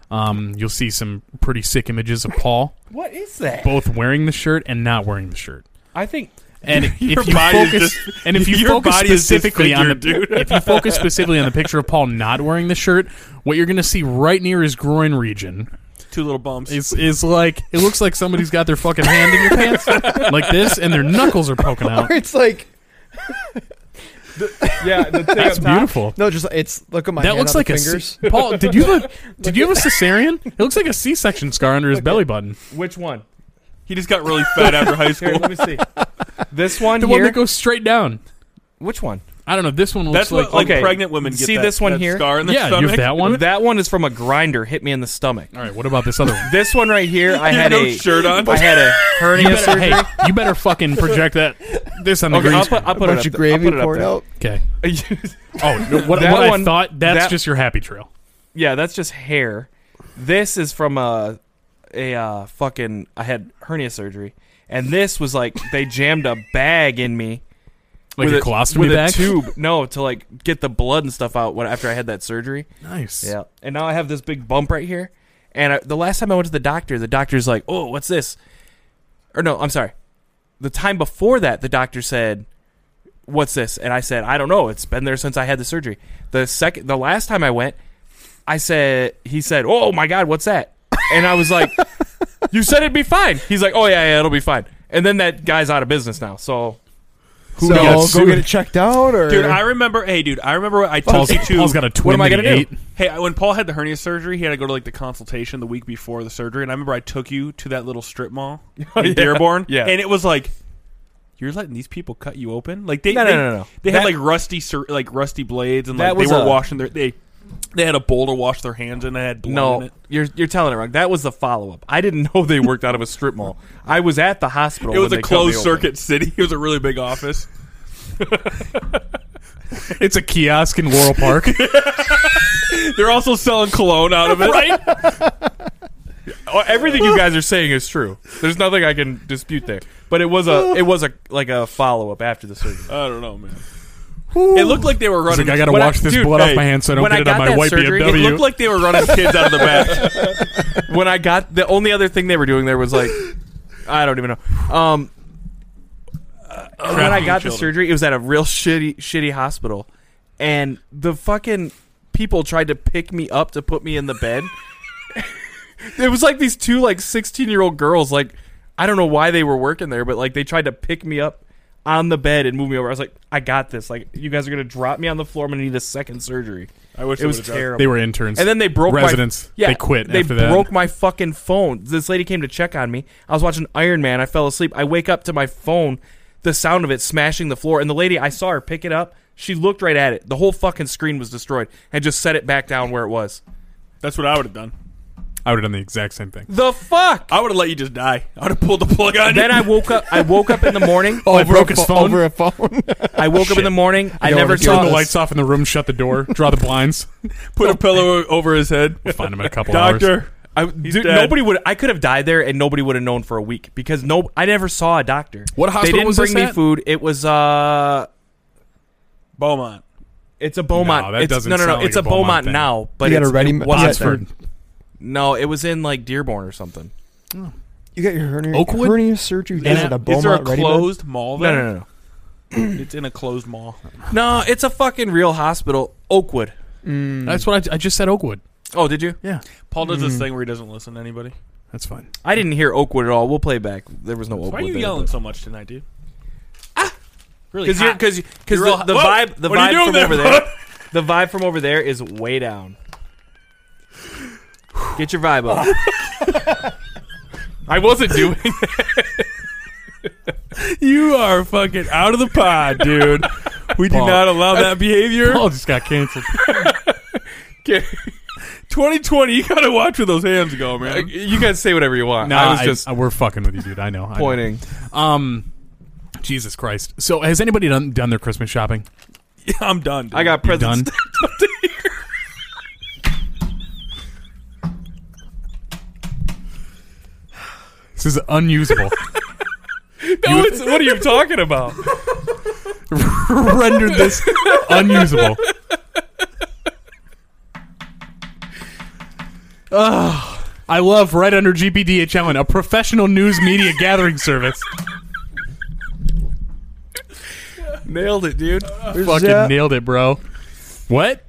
A: Um, you'll see some pretty sick images of Paul
E: What is that?
A: both wearing the shirt and not wearing the shirt.
E: I think
A: And if you
F: Your body is
A: focus, and if you
F: your
A: focus
F: body is
A: specifically on the,
F: disfigured,
A: if you focus specifically on the picture of Paul not wearing the shirt, what you're going to see right near his groin region
F: Two little bumps.
A: is is like it looks like somebody's got their fucking hand in your pants like this, and their knuckles are poking out.
G: It's like
E: yeah. The thing
A: That's beautiful.
G: no, just it's look at my
A: That
G: hand
A: looks
G: on
A: like
G: the
A: a
G: fingers.
A: C- Paul. Did you have a, did you have a cesarean? It looks like a C-section scar under his belly button.
E: Which one?
F: he just got really fat after high
E: Here,
F: school.
E: let me see. This one
A: The
E: here.
A: one that goes straight down.
E: Which one?
A: I don't know. This one looks
F: That's what
A: like
F: like
E: Okay.
F: pregnant women get.
E: See
F: that-
E: this one
F: that
E: here?
F: Scar in the
A: yeah. You
F: stomach.
A: have that one.
E: That one is from a grinder. Hit me in the stomach.
A: All right. What about this other one?
E: This one right here, I
F: You have
E: had
F: no
E: a
F: shirt on.
E: I had a hernia
A: You better,
E: surgery.
A: hey, you better fucking project that this on the
E: Okay,
A: green
E: I'll
A: screen.
E: put, I'll
G: A
E: put it
G: bunch
E: up
G: of
E: there. I'll
G: gravy
E: put it up
G: poured
E: there.
G: out.
A: Okay. Oh, no, what,
E: That
A: what I
E: one-
A: thought, that's
E: that-
A: just your happy trail.
E: Yeah, that's just hair. This is from a a uh, fucking. I had hernia surgery, and this was like they jammed a bag in me
A: Like
E: with
A: a colostomy
E: with
A: bag?
E: a tube. No, to like get the blood and stuff out when, after I had that surgery.
A: Nice.
E: Yeah, and now I have this big bump right here. And I, the last time I went to the doctor, the doctor's like, "Oh, what's this?" Or no, I'm sorry. The time before that, the doctor said, "What's this?" And I said, "I don't know. It's been there since I had the surgery." The second, the last time I went, I said, he said, "Oh my god, what's that?" And I was like, "You said it'd be fine." He's like, "Oh yeah, yeah, it'll be fine." And then that guy's out of business now. So
G: Who
A: got
G: so go
A: sued?
G: get it checked out, or
F: Dude, I remember. Hey, dude, I remember. I took
A: Paul's,
F: you to.
A: Paul's got a twin.
E: am I
A: that he
E: gonna do?
A: ate.
F: Hey, I- when Paul had the hernia surgery, he had to go to like the consultation the week before the surgery, and I remember I took you to that little strip mall in Dearborn,
E: yeah.
F: and it was like. You're letting these people cut you open? Like they
E: No, no,
F: they,
E: no, no.
F: they
E: That-
F: had like rusty sur- like rusty blades and
E: That
F: like they
E: was
F: were
E: a-
F: washing their they they had a bowl to wash their hands in. They had blood in
E: No,
F: it.
E: you're you're telling it wrong. That was the follow up. I didn't know they worked out of a strip mall. I was at the hospital.
F: It was
E: when
F: a
E: they cut me
F: closed
E: open.
F: circuit city. It was a really big office.
A: It's a kiosk in Laurel Park.
F: They're also selling cologne out of it. right?
E: Oh, Everything you guys are saying is true. There's nothing I can dispute there. But it was a it was a like a follow up after the surgery.
F: I don't know, man. It looked like they were running.
A: like, I gotta
F: when
A: wash this
E: dude,
A: blood
E: hey,
A: off my hands so I don't
E: when
A: get
E: I
A: it on
E: got
A: my
E: that
A: white
E: surgery, it
F: It
A: BMW.
F: looked like they were running kids out of the back.
E: when I got the only other thing they were doing there was like I don't even know. Um, uh, when I
F: Crafting
E: got the
F: children.
E: surgery, it was at a real shitty shitty hospital, and the fucking people tried to pick me up to put me in the bed. it was like these two like 16 year old girls like i don't know why they were working there but like they tried to pick me up on the bed and move me over i was like i got this like you guys are gonna drop me on the floor i'm gonna need a second surgery
F: I wish
E: it was
F: would've done-
E: terrible
A: they were interns.
E: and then they broke
A: Residents.
E: My, yeah,
A: They quit
E: They
A: after that.
E: broke my fucking phone. This lady came to check on me. I was watching Iron Man. I fell asleep. I wake up to my phone, the sound of it smashing the floor, and the lady I saw her pick it up. She looked right at it. The whole fucking screen was destroyed, and just set it back down where it was.
F: That's what I would have done.
A: I would have done the exact same thing.
E: The fuck.
F: I would have let you just die. I would have pulled the plug on you.
E: then I woke up. I woke up in the morning.
A: Oh, I broke his phone.
G: over a phone.
E: I woke up in the morning. I
G: don't
E: never
G: wanna do
E: saw
A: Turn the
G: this.
A: lights off in the room. Shut the door. Draw the blinds.
F: put a pillow over his head.
A: Find him in a couple hours.
F: Doctor,
E: I, dude,
F: dead.
E: nobody would. I could have died there, and nobody would have known for a week because no, I never saw a doctor.
A: What hospital
E: They didn't
A: was
E: bring
A: this
E: me
A: at?
E: food. It was uh,
F: Beaumont.
E: it's a Beaumont.
A: No, that
E: it's,
A: doesn't
E: no, no, no.
A: sound like
E: it's
A: a
E: a Beaumont,
A: Beaumont thing.
E: now, but
G: You got
E: it's,
G: a ready-
E: it wasn't
G: you got-
E: there. No, it was in like Dearborn or something.
G: You got your hernia,
A: Oakwood?
G: hernia surgery done at a
F: Is there a
G: Beaumont Ready Bed?
F: closed mall
E: No,
F: there?
E: no, no,
F: It's in a closed mall.
E: no. No, it's a fucking real hospital, Oakwood.
A: That's what I, I just said. Oakwood.
E: Oh, did you?
A: Yeah,
F: Paul does this thing where he doesn't listen to anybody.
A: that's fine.
E: I didn't hear Oakwood at all. We'll play back. There was no Oakwood.
F: Why are you
E: there,
F: yelling
E: but-
F: so much tonight, dude? Ah! Really?
E: Because you're
F: hot.
E: because because
F: You're all-
E: the, the
F: Whoa!
E: vibe the
F: What are you
E: vibe
F: doing
E: from
F: there,
E: over
F: bud?
E: there the vibe from over there is way down. Get your vibe up. I wasn't doing.
F: you are fucking out of the pod, dude. We do
A: Paul.
F: not allow that behavior.
A: Paul just got canceled.
F: 2020, you gotta watch where those hands go, man.
E: You guys say whatever you want.
A: Nah,
E: I was just
A: I- we're fucking with you, dude. I know. I know.
E: pointing.
A: Um, Jesus Christ. So has anybody done done their Christmas shopping?
F: I'm done. Dude.
E: I got
A: You
E: presents.
A: done? This is unusable.
E: No, it's- what are you talking about?
A: Rendered this unusable. Ugh. Ah, I love right under GPDHLN, a professional news media gathering service.
E: Nailed it, dude.
A: Fucking
G: Zap.
A: nailed it, bro. What?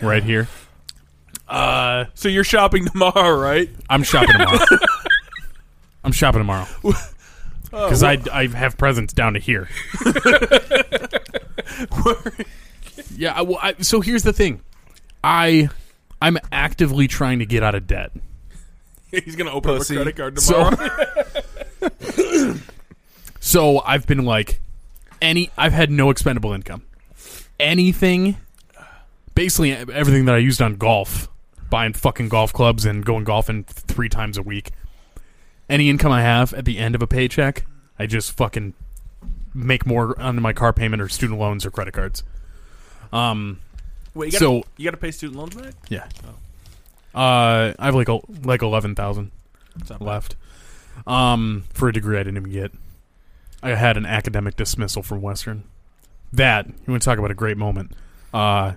A: Right here.
F: So you're shopping tomorrow, right?
A: I'm shopping tomorrow. I'm shopping tomorrow. Because I, I have presents down to here. yeah, I, well, I, so here's the thing. I I'm actively trying to get out of debt.
F: He's gonna open up a
E: Pussy.
F: credit card
A: So
F: tomorrow.
A: So I've been like any I've had no expendable income. Anything basically everything that I used on golf, buying fucking golf clubs and going golfing 3 times a week. Any income I have at the end of a paycheck, I just fucking make more on my car payment or student loans or credit cards. Um
F: Wait, you gotta,
A: So-
F: you gotta pay student loans back?
A: yeah. Uh I have like el- like 11,000
F: It's not bad.
A: left um, for a degree I didn't even get. I had an academic dismissal from Western. That you want to talk about a great moment? Uh,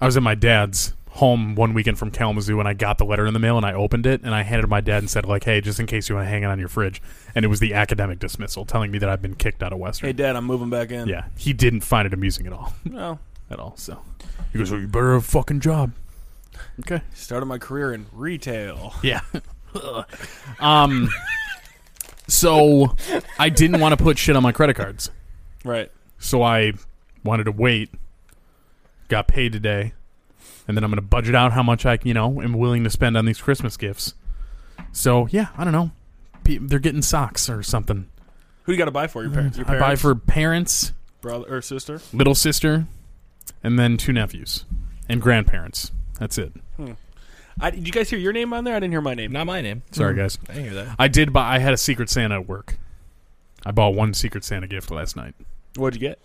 A: I was at my dad's home one weekend from Kalamazoo, and I got the letter in the mail, and I opened it, and I handed it to my dad and said, "Like, hey, just in case you want to hang it on your fridge." And it was the academic dismissal telling me that I've been kicked out of Western.
F: Hey, Dad, I'm moving back in.
A: yeah, he didn't find it amusing at all,
F: Well,
A: at all. So he goes, "Well, you better have a fucking job." Okay.
F: started my career in retail.
A: Yeah. um. So I didn't want to put shit on my credit cards,
F: Right.
A: so I wanted to wait. Got paid today, and then I'm going to budget out how much I, you know, am willing to spend on these Christmas gifts. So yeah, I don't know. Pe- They're getting socks or something.
F: Who you gotta buy for? Your parents? Your
A: I
F: parents?
A: buy for parents,
F: brother or sister?
A: little sister, and then two nephews and grandparents. That's it.
F: I, did you guys hear your name on there? I didn't hear my name.
E: Not my name.
F: Hmm.
A: Sorry, guys.
E: I didn't hear that.
A: I did buy. I had a Secret Santa at work. I bought one Secret Santa gift last night.
F: What'd you get?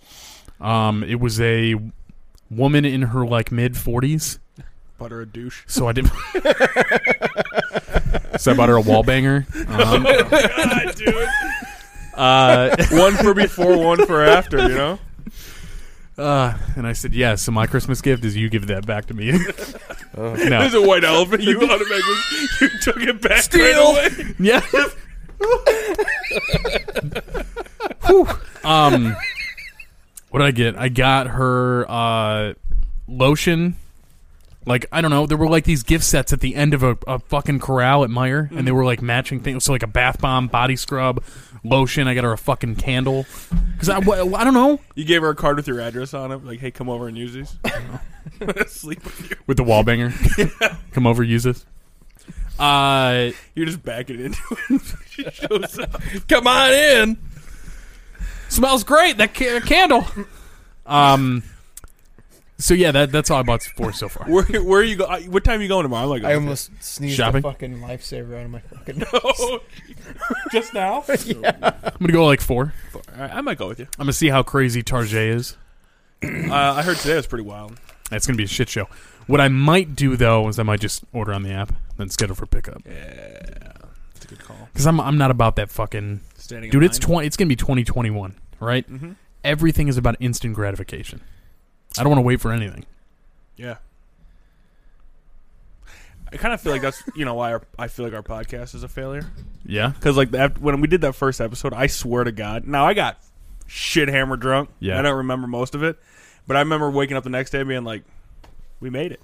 A: Um, it was a woman in her like mid forties.
F: Butter a douche.
A: So I didn't. So I bought her a wallbanger. Um,
F: one for before, one for after. You know,
A: uh, and I said, yes. so my Christmas gift is you give that back to me. Uh.
F: there's a white elephant. You automatically you took it back right away.
A: Yeah. Whew. um, what did I get? I got her uh, lotion. Like I don't know, there were like these gift sets at the end of a, a fucking corral at Meyer, and they were like matching things. So like a bath bomb, body scrub, lotion. I got her a fucking candle because I, wh- I don't know
F: You gave her a card with your address on it. Like, hey, come over and use these. Sleep with you.
A: with the wallbanger. Come over, use this. Uh,
F: You're just backing into it. she shows up.
E: Come on in.
A: smells great. That ca- candle. Um. So yeah, that that's all I bought for so far.
F: Where, where are you going? What time are you going tomorrow? I'm like,
G: I almost sneezed
A: Shopping?
G: a fucking lifesaver out of my fucking
F: Oh, just now.
A: I'm gonna go like four.
F: All right, I might go with you.
A: I'm gonna see how crazy Tarjay is.
F: Uh, I heard today was pretty wild.
A: That's gonna be a shit show. What I might do though is I might just order on the app, then schedule for pickup.
F: That's a good call.
A: Because I'm I'm not about that fucking
F: Standing,
A: dude.
F: in
A: It's
F: line.
A: twenty. It's gonna be 2021, right? Everything is about instant gratification. I don't want to wait for anything.
F: Yeah. I kind of feel like that's you know why our, I feel like our podcast is a failure
A: Yeah,
F: because like that when we did that first episode, I swear to God, now I got shit hammer drunk.
A: Yeah.
F: I don't remember most of it, but I remember waking up the next day and being like, "We made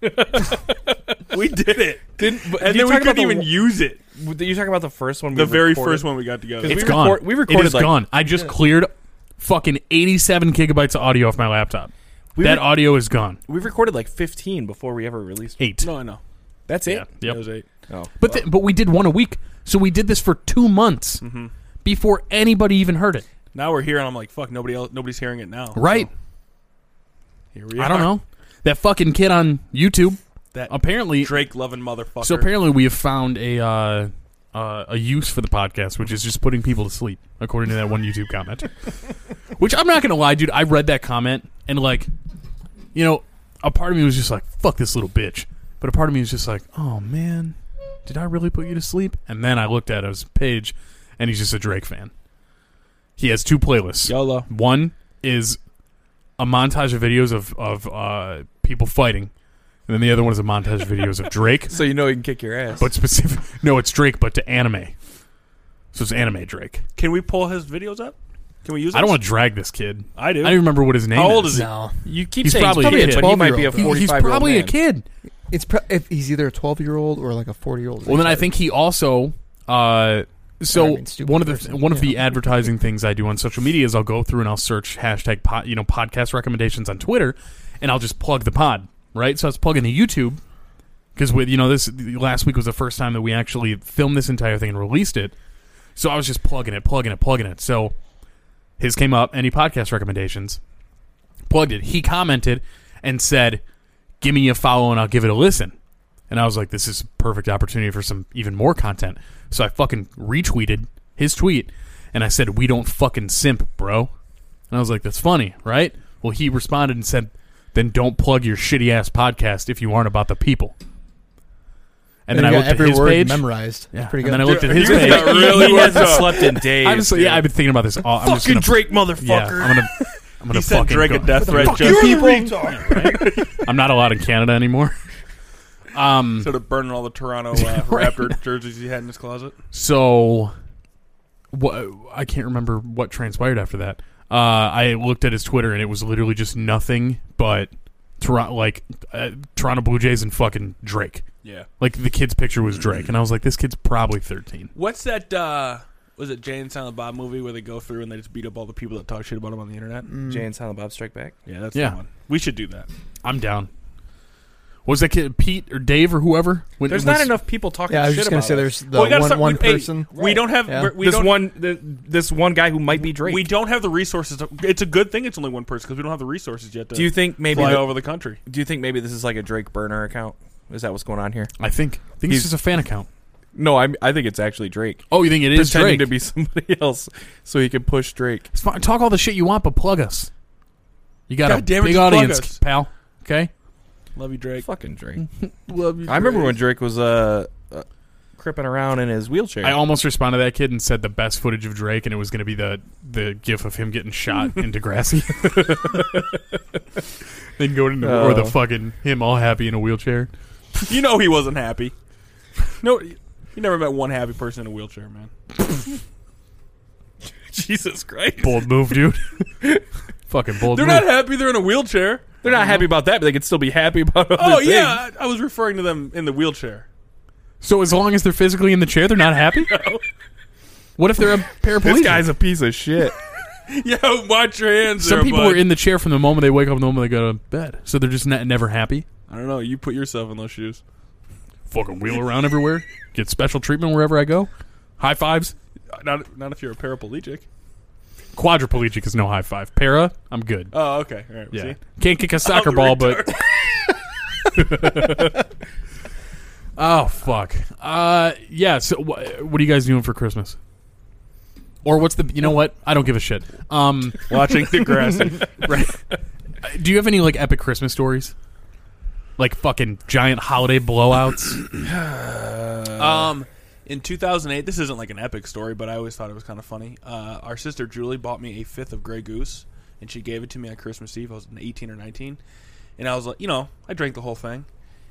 F: it, we did it,"
E: Didn't
F: and then we couldn't even use it.
E: Did you talk about the first one?
F: The very first one we got together.
A: it's
E: we
A: gone.
E: record- we recorded,
A: It is
E: like-
A: gone. I just cleared fucking 87 gigabytes of audio off my laptop.
E: We
A: that
E: re-
A: audio is gone.
E: We recorded like 15 before we ever released.
A: Eight.
F: no, I know.
E: That's
A: Yeah.
E: it.
A: Yep.
F: It was eight.
E: Oh.
A: But th- but we did one a week, so we did this for two months
E: Mm-hmm.
A: before anybody even heard it.
F: Now we're here, and I'm like, "Fuck!" Nobody else, nobody's hearing it now.
A: Right?
F: So here we are.
A: I don't know. That fucking kid on YouTube.
F: That
A: Apparently,
F: Drake loving motherfucker.
A: so apparently we have found a uh, uh, a use for the podcast, which is just putting people to sleep, according to that one YouTube comment. which I'm not gonna lie, dude. I read that comment and like, you know, a part of me was just like, "Fuck this little bitch," but a part of me was just like, "Oh man, did I really put you to sleep?" And then I looked at his page, and he's just a Drake fan. He has two playlists.
F: YOLO.
A: One is a montage of videos of of uh, people fighting, and then the other one is a montage of videos of Drake,
E: So you know he can kick your ass.
A: but specific. No, it's Drake, but to anime. So it's anime Drake.
F: Can we pull his videos up? Can we use?
A: I don't
F: those?
A: want to drag this kid.
F: I do.
A: I don't even remember what his name.
F: How old
A: is
F: is he?
G: No.
E: you keep
A: He's
E: saying
A: probably
E: he's
A: a kid.
E: probably a but he might be a
G: He- he's
E: 45
A: He's
E: year old
A: probably
E: man.
A: a kid.
G: It's pro- if he's either a 12 year old or like a 40 year old.
A: Well, then I think he also. Uh, so
G: I mean, stupid
A: one of the
G: person,
A: one of
G: yeah.
A: the advertising things I do on social media is I'll go through and I'll search hashtag pod, you know podcast recommendations on Twitter, and I'll just plug the pod right. So I was plugging the YouTube because with you know this last week was the first time that we actually filmed this entire thing and released it. So I was just plugging it, plugging it, plugging it. So his came up, any podcast recommendations, plugged it. He commented and said, "Give me a follow and I'll give it a listen." And I was like, this is a perfect opportunity for some even more content. So I fucking retweeted his tweet and I said, we don't fucking simp, bro. And I was like, that's funny, right? Well, he responded and said, then don't plug your shitty ass podcast if you aren't about the people. And, then I looked at
G: every
A: his
G: word
A: page.
G: memorized.
A: Yeah.
G: It's pretty
A: And
G: good.
A: then I looked at his
F: You
A: page.
F: got really
E: he
F: worked
E: hasn't
F: up.
E: slept in days.
A: I'm just,
E: dude.
A: yeah, I've been thinking about this. All, I'm just
E: fucking
A: gonna,
E: Drake
A: Yeah, I'm
E: motherfucker.
A: gonna, I'm gonna
F: He said
A: fucking
F: Drake
A: go-
F: a death threat. Just
G: You're
F: people
A: I'm not allowed in Canada anymore.
F: sort of burning all the Toronto uh, Raptor jerseys he had in his closet.
A: So, wha- I can't remember what transpired after that. Uh, I looked at his Twitter and it was literally just nothing but Toronto, like uh, Toronto Blue Jays and fucking Drake.
F: Yeah.
A: Like the kid's picture was Drake, and I was like, this kid's probably 13.
F: What's that? uh Was it Jay and Silent Bob movie where they go through and they just beat up all the people that talk shit about him on the internet?
E: Jay and Silent Bob Strike Back.
F: Yeah, that's
A: Yeah.
F: the one. We should do that.
A: I'm down. Was that kid Pete or Dave or whoever? When-
E: There's
A: was-
E: not enough people talking
G: yeah, I was
E: shit
G: just gonna
E: about
G: say
E: us.
G: there's the
F: Well, we gotta
G: one
F: start-
G: one
F: we- hey,
G: person.
F: We don't have.
G: Yeah.
F: we're- We
E: this
F: don't.
E: one th- this one guy who might be Drake.
F: We don't have the resources. To, it's a good thing. It's only one person because we don't have the resources yet to
E: do you think maybe
F: fly
E: the-
F: over the country.
E: do you think maybe this is like a Drake burner account? Is that what's going on here?
A: I think. I think this
E: He's-
A: is a fan account.
E: No, I I think it's actually Drake.
A: Oh, you think it is Drake?
E: pretending to be somebody else so he can push Drake.
A: It's fine. Talk all the shit you want, but plug us. You got a
F: God damn it,
A: big
F: just plug
A: audience,
F: us.
A: pal. Okay.
F: Love you, Drake.
E: Fucking Drake. I remember when Drake was uh, uh cripping around in his wheelchair.
A: I almost responded to that kid and said the best footage of Drake, and it was going to be the the gif of him getting shot in Degrassi. then go into or the
E: Oh.
A: fucking him all happy in a wheelchair.
F: You know he wasn't happy. No, you never met one happy person in a wheelchair, man.
E: Jesus Christ.
A: Bold move, dude. fucking bold
F: They're
A: move.
F: not happy. They're in a wheelchair.
E: They're not happy about that, but they could still be happy about other
F: Oh
E: things.
F: yeah, I I was referring to them in the wheelchair.
A: so as long as they're physically in the chair, they're not happy. What if they're a paraplegic?
E: This guy's a piece of shit.
F: Yo, watch your hands.
A: Some
F: there,
A: people
F: bud.
A: are in the chair from the moment they wake up, and the moment they go to bed, so they're just ne- never happy.
F: I don't know. You put yourself in those shoes.
A: Fucking wheel around everywhere, get special treatment wherever I go. High fives.
F: Not, not if you're a paraplegic.
A: Quadriplegic is no high five. Para, I'm good.
F: Oh, okay. All right.
A: Yeah.
F: See?
A: Can't kick a soccer ball, but. oh, fuck. Uh, yeah, so wh- what are you guys doing for Christmas? Or what's the. You know what? I don't give a shit. Um,
F: Watching Degrassi.
A: right. Do you have any, like, epic Christmas stories? Like, fucking giant holiday blowouts?
F: um, in 2008, this isn't like an epic story, but I always thought it was kind of funny. Uh, our sister Julie bought me a fifth of Grey Goose, and she gave it to me on Christmas Eve. I was 18 or 19, and I was like, you know, I drank the whole thing.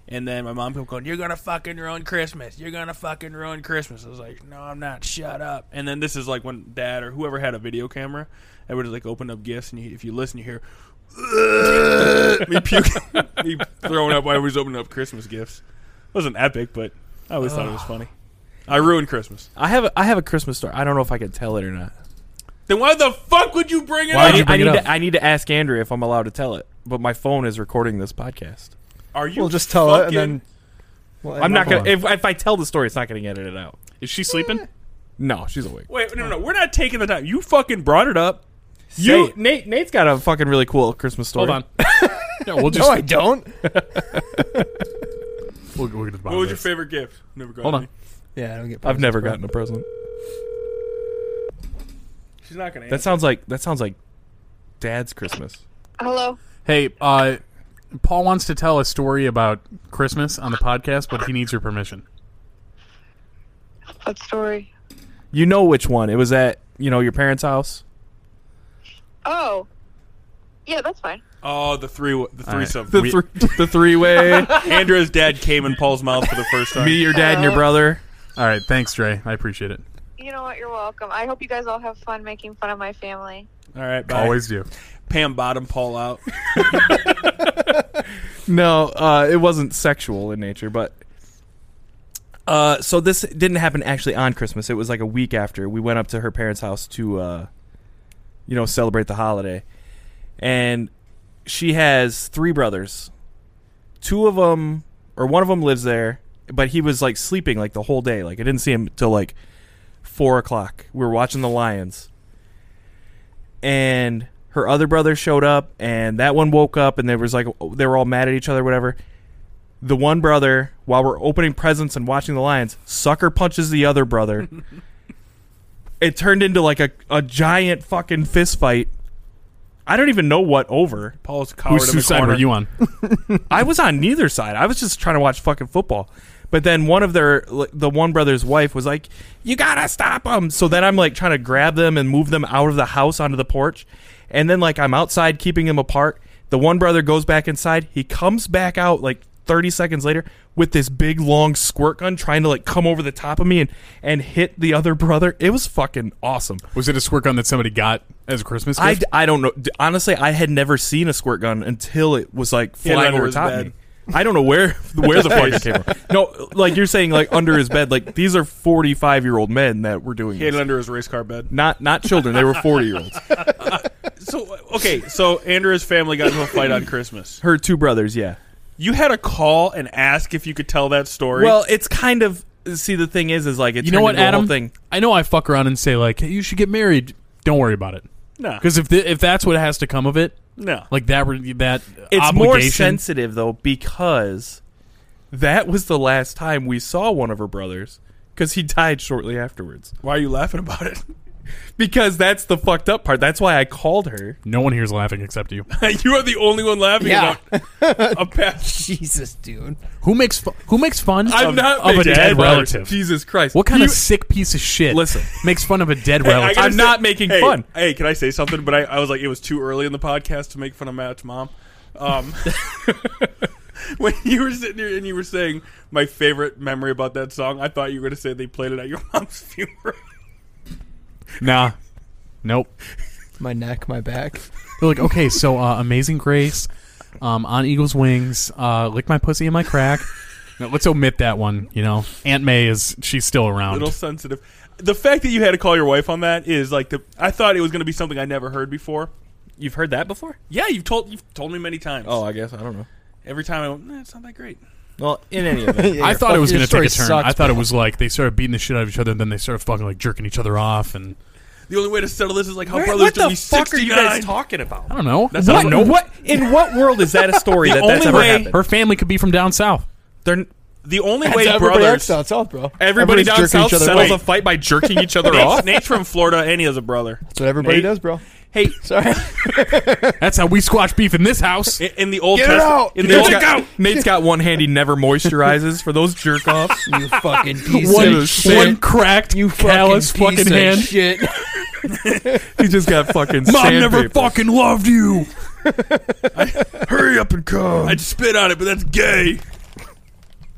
F: And then my mom kept going, "You're gonna fucking ruin Christmas. You're gonna fucking ruin Christmas." I was like, "No, I'm not. Shut up." And then this is like when Dad or whoever had a video camera, everybody like opened up gifts, and you, if you listen, you hear me puking, me throwing up. while everybody's opening up Christmas gifts. It wasn't epic, but I always thought it was funny. I ruined Christmas.
E: I have a, I have a Christmas story. I don't know if I can tell it or not.
F: Then why the fuck would you bring it
A: Why'd
F: up?
A: you
E: I
A: bring
E: need
A: it up?
E: to I need to ask Andrea if I'm allowed to tell it, but my phone is recording this podcast.
F: Are you?
G: We'll just tell it and then. Well,
E: I'm not
A: phone.
E: gonna if, if I tell the story, it's not gonna get edited out.
A: Is she sleeping?
E: No, she's awake.
F: Wait, no, no, no. We're not taking the time. You fucking brought it up.
E: You Nate Nate's got a fucking really cool Christmas story.
A: Hold on. No, we'll just.
G: No, I don't.
A: we'll, we'll get to the bottom of
F: What was your
A: this.
F: favorite gift? Never got
A: Hold
F: any.
A: on.
G: Yeah, I don't get.
E: I've never gotten a present.
F: She's not gonna.
E: That
F: Answer.
E: sounds like that sounds like Dad's Christmas.
H: Hello.
A: Hey, uh, Paul wants to tell a story about Christmas on the podcast, but he needs your permission.
H: What story?
E: You know which one? It was at you know your parents' house.
H: Oh. Yeah, that's fine.
F: Oh, the three, the threesome.
E: The
F: We-
E: three the three way.
F: Andrea's dad came in Paul's mouth for the first time.
E: me, your dad, and your brother.
A: All right, thanks, Dre. I appreciate it.
H: You know what? You're welcome. I hope you guys all have fun making fun of my family.
F: All right, bye.
A: Always do.
F: Pam bottom Paul out.
E: No, uh, it wasn't sexual in nature, but uh, so this didn't happen actually on Christmas. It was like a week after we went up to her parents' house to, uh, you know, celebrate the holiday, and she has three brothers. Two of them, or one of them, lives there, but he was like sleeping like the whole day. Like I didn't see him till like four o'clock. We were watching the Lions, and her other brother showed up, and that one woke up, and there was like they were all mad at each other, whatever. The one brother, while we're opening presents and watching the Lions, sucker punches the other brother. it turned into like a, a giant fucking fist fight. I don't even know what over.
F: Paul's coward
A: Whose
F: in the
A: whose side
F: corner.
A: were you on?
E: I was on neither side. I was just trying to watch fucking football. But then one of their, like, the one brother's wife was like, "You gotta stop them." So then I'm like trying to grab them and move them out of the house onto the porch, and then like I'm outside keeping them apart. The one brother goes back inside. He comes back out like 30 seconds later with this big long squirt gun trying to like come over the top of me and and hit the other brother. It was fucking awesome.
A: Was it a squirt gun that somebody got as a Christmas
E: I,
A: gift?
E: I don't know. D- Honestly, I had never seen a squirt gun until it was like
F: Yeah,
E: flying
F: under
E: over
F: his
E: top of
F: bed.
E: me. I don't know where where the fuck it came from. No, like you're saying, like under his bed. Like these are 45 year old men that were doing
F: He had it
E: this.
F: under his race car bed.
E: Not not children. They were 40 year olds.
F: So okay, so Andrea's family got into a fight on Christmas.
E: Her two brothers. Yeah.
F: You had a call and ask if you could tell that story.
E: Well, it's kind of. See, the thing is, is like it
A: you know
E: turned
A: what,
E: into a whole
A: Adam?
E: Thing.
A: I know I fuck around and say like, "Hey, you should get married." Don't worry about it.
F: no,
A: Because if th- if that's what has to come of it,
F: no,
A: like that re- that
E: It's more
A: obligation.
E: sensitive though because that was the last time we saw one of her brothers because he died shortly afterwards.
F: why are you laughing about it?
E: because that's the fucked up part. That's why I called her.
A: No one here's laughing except you.
F: you are the only one laughing
G: Yeah.
F: about a past.
G: Jesus, dude.
A: Who makes fu- who makes fun
F: I'm
A: of,
F: not
A: of a
F: making
A: dead
F: fun.
A: relative?
E: Jesus Christ.
A: What kind
E: You-
A: of sick piece of shit
E: Listen.
A: makes fun of a dead
F: I
A: relative?
F: gotta
E: I'm not making
F: hey,
E: fun.
F: Hey, can I say something? But I, I was like, it was too early in the podcast to make fun of Matt's mom. Um, when you were sitting there and you were saying my favorite memory about that song, I thought you were going to say they played it at your mom's funeral.
A: nah. Nope.
G: My neck, my back.
A: They're like, okay, so uh, Amazing Grace, um, on Eagle's Wings, uh, lick my pussy in my crack. No, let's omit that one. You know, Aunt May is she's still around.
F: little sensitive. The fact that you had to call your wife on that is like the. I thought it was going to be something I never heard before.
E: You've heard that before?
F: Yeah, you've told you've told me many times.
E: Oh, I guess I don't know.
F: every time I went, nah, it's not that great.
E: Well, in any event,
A: I thought it was
G: Your
A: going to take
G: story
A: a turn.
G: sucks,
A: I thought it was like they started beating the shit out of each other, and then they started fucking like jerking each other off, and
F: The only way to settle this is like how
E: Where-
F: brothers
E: what
F: to
E: the
F: be
E: fuck are you guys
F: 69.
E: talking about?
A: I don't know.
F: That's
A: What-
F: I don't know.
E: what in what world is that a story that that's
F: only
E: ever
F: way-
E: happened?
A: Her family could be from down south.
E: They're,
F: The only
G: That's
F: way
G: everybody
F: brothers.
G: else down south, bro.
E: everybody
G: Everybody's
E: down
G: jerking
E: south
G: each other
E: settles
G: off.
E: a fight by jerking each other
F: Nate's,
E: off.
F: Nate's from Florida, and he has a brother.
G: That's what everybody
F: Nate-
G: does, bro.
F: Hey,
G: Sorry.
A: That's how we squash beef in this house.
F: in, in the Old
G: Get it
F: Testament,
G: out!
F: in the
E: Nate's
F: Old,
E: got, Nate's got one hand he never moisturizes for those jerk offs.
G: you fucking piece
A: One,
G: of shit.
A: one cracked,
G: you fucking
A: callous
G: piece
A: fucking
G: of
A: hand.
G: Shit.
E: He just got fucking.
A: Mom never
E: sandpaper.
A: fucking loved you.
E: Hurry up and come.
F: I'd spit on it, but that's gay.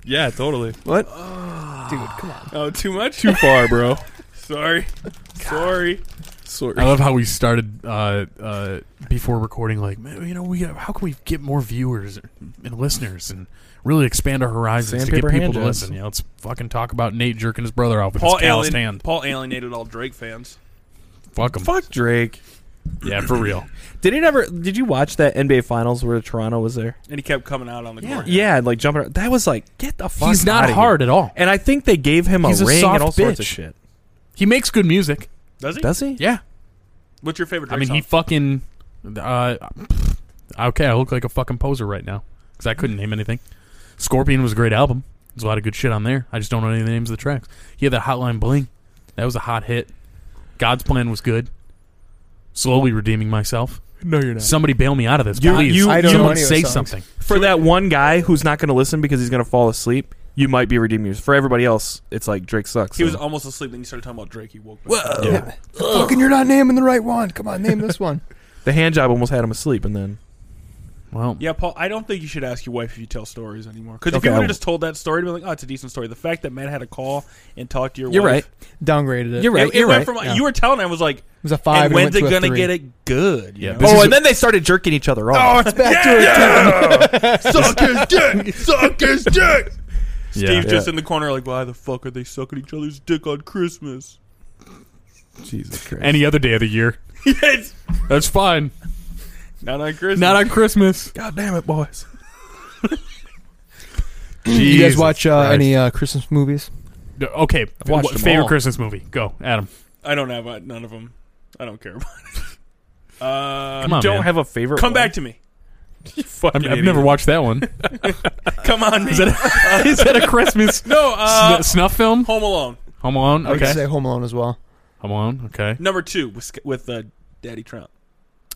E: yeah, totally.
G: What? Dude, come on.
F: Oh, too much.
E: Too far, bro.
F: Sorry, sorry.
A: I
E: Sorry.
A: love how we started uh, uh, before recording. Like, man, you know, we got, how can we get more viewers and listeners and really expand our horizons to
E: Sandpaper
A: get people
E: hand
A: to
E: jobs.
A: listen? Yeah, let's fucking talk about Nate jerking his brother off with
F: Paul,
A: his calloused
F: alien-
A: hand.
F: Paul alienated all Drake fans.
A: Fuck him.
E: Fuck Drake.
A: Yeah, for real.
E: Did it ever? Did you watch that NBA Finals where Toronto was there?
F: And he kept coming out on the court.
E: Yeah, like jumping. around. That was like, get the fuck.
A: He's not
E: outta
A: hard
E: here.
A: at all.
E: And I think they gave him
A: He's
E: a
A: a
E: ring
A: soft
E: and all sorts of
A: bitch.
E: shit.
A: He makes good music.
F: Does he?
E: Does he?
A: Yeah,
F: What's your favorite?
A: I
F: Drake
A: mean, he
F: song?
A: fucking. Uh, okay, I look like a fucking poser right now because I couldn't name anything. Scorpion was a great album. There's a lot of good shit on there. I just don't know any of the names of the tracks. He had that Hotline Bling. That was a hot hit. God's Plan was good. Slowly redeeming myself.
E: No, you're
A: Somebody bail me out of this,
E: You-
A: please.
E: you- I don't
A: Someone
G: know any of
A: say
G: those songs.
A: something.
E: For that one guy who's not going to listen because he's going to fall asleep, you might be redeeming yours. For everybody else, it's like Drake sucks.
F: He was
E: so.
F: almost asleep. Then you started talking about Drake. He woke. up.
E: Yeah.
G: Fucking, you're not naming the right one. Come on, name this one.
E: the hand job almost had him asleep, and then
A: Well,
F: Yeah, Paul, I don't think you should ask your wife if you tell stories anymore. Because if
E: Okay,
F: you would
E: I'll-
F: have just told that story, to be like, oh, it's a decent story. The fact that Matt had a call and talked to your
E: You're
F: wife.
G: Downgraded it.
E: You're right.
F: It, it went from,
G: yeah.
F: you were telling, I was like,
G: It was a five.
F: and
G: and
F: when's
G: went
F: it
G: to a
F: going to
G: three.
F: get it good?
A: Yeah,
F: You know?
A: This
E: oh,
A: is
E: and
A: a-
E: then they started jerking each other
G: Oh,
E: off.
G: it's back to it.
F: suck his dick! Suck his dick! Steve's
A: yeah.
F: just in the corner, like, why the fuck are they sucking each other's dick on Christmas?
E: Jesus Christ!
A: Any other day of the year.
F: yes!
A: That's fine.
F: Not on Christmas.
A: Not on Christmas.
E: God damn it, boys!
G: You guys
A: Jesus
G: watch uh,
A: Christ.
G: any uh, Christmas movies?
A: Okay,
E: watched
A: what-
E: them
A: favorite
E: all.
A: Christmas movie? Go, Adam.
F: I don't have uh, none of them. I don't care about it. Uh,
A: Come on,
E: Don't
A: man.
E: have a favorite.
F: come
E: one.
F: back to me.
A: I've, I've never watched that one.
F: Come on, me.
A: Is that a Christmas
F: no, uh,
A: sn- snuff film?
F: Home Alone.
A: Home Alone.
G: I would
A: Okay.
G: say Home Alone as well.
A: Home Alone. Okay.
F: Number two with, with uh, Daddy Trump.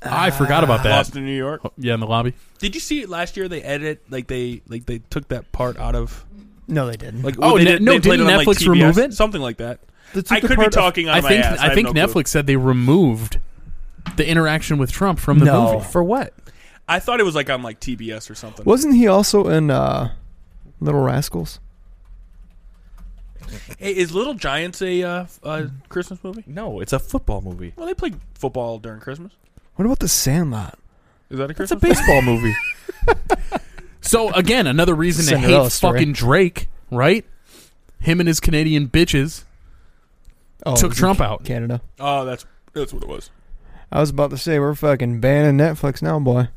A: Ah, I forgot about that.
F: Lost in New York.
A: Yeah, in the lobby.
F: Did you see last year? They edit like they like they took that part out of
G: No, they didn't.
F: like.
A: Oh,
F: they
A: ne- no,
F: they played
A: didn't
F: it on,
A: Netflix remove it?
F: Something like that.
G: They took
F: I
G: the
F: could be
G: part of-
F: talking out
A: I
F: of
A: think
F: my ass.
A: I,
F: have
A: think
F: no
A: Netflix
F: clue.
A: said they removed the interaction with Trump from the
G: No.
A: movie.
E: For what?
F: I thought it was like on like TBS or something.
G: Wasn't he also in uh, Little Rascals?
F: Hey, is Little Giants a uh, f- uh, Christmas movie?
E: No, it's a football movie.
F: Well, they play football during Christmas.
G: What about The Sandlot?
F: Is that a
E: It's a
F: Christmas?
E: baseball movie.
A: So again, another reason to
G: Cinderella
A: hate
G: story.
A: fucking Drake, right? Him and his Canadian bitches
G: Oh, it
A: took
G: was in
A: Trump out.
G: Canada.
F: oh, that's that's what it was.
G: I was about to say we're fucking banning Netflix now, boy.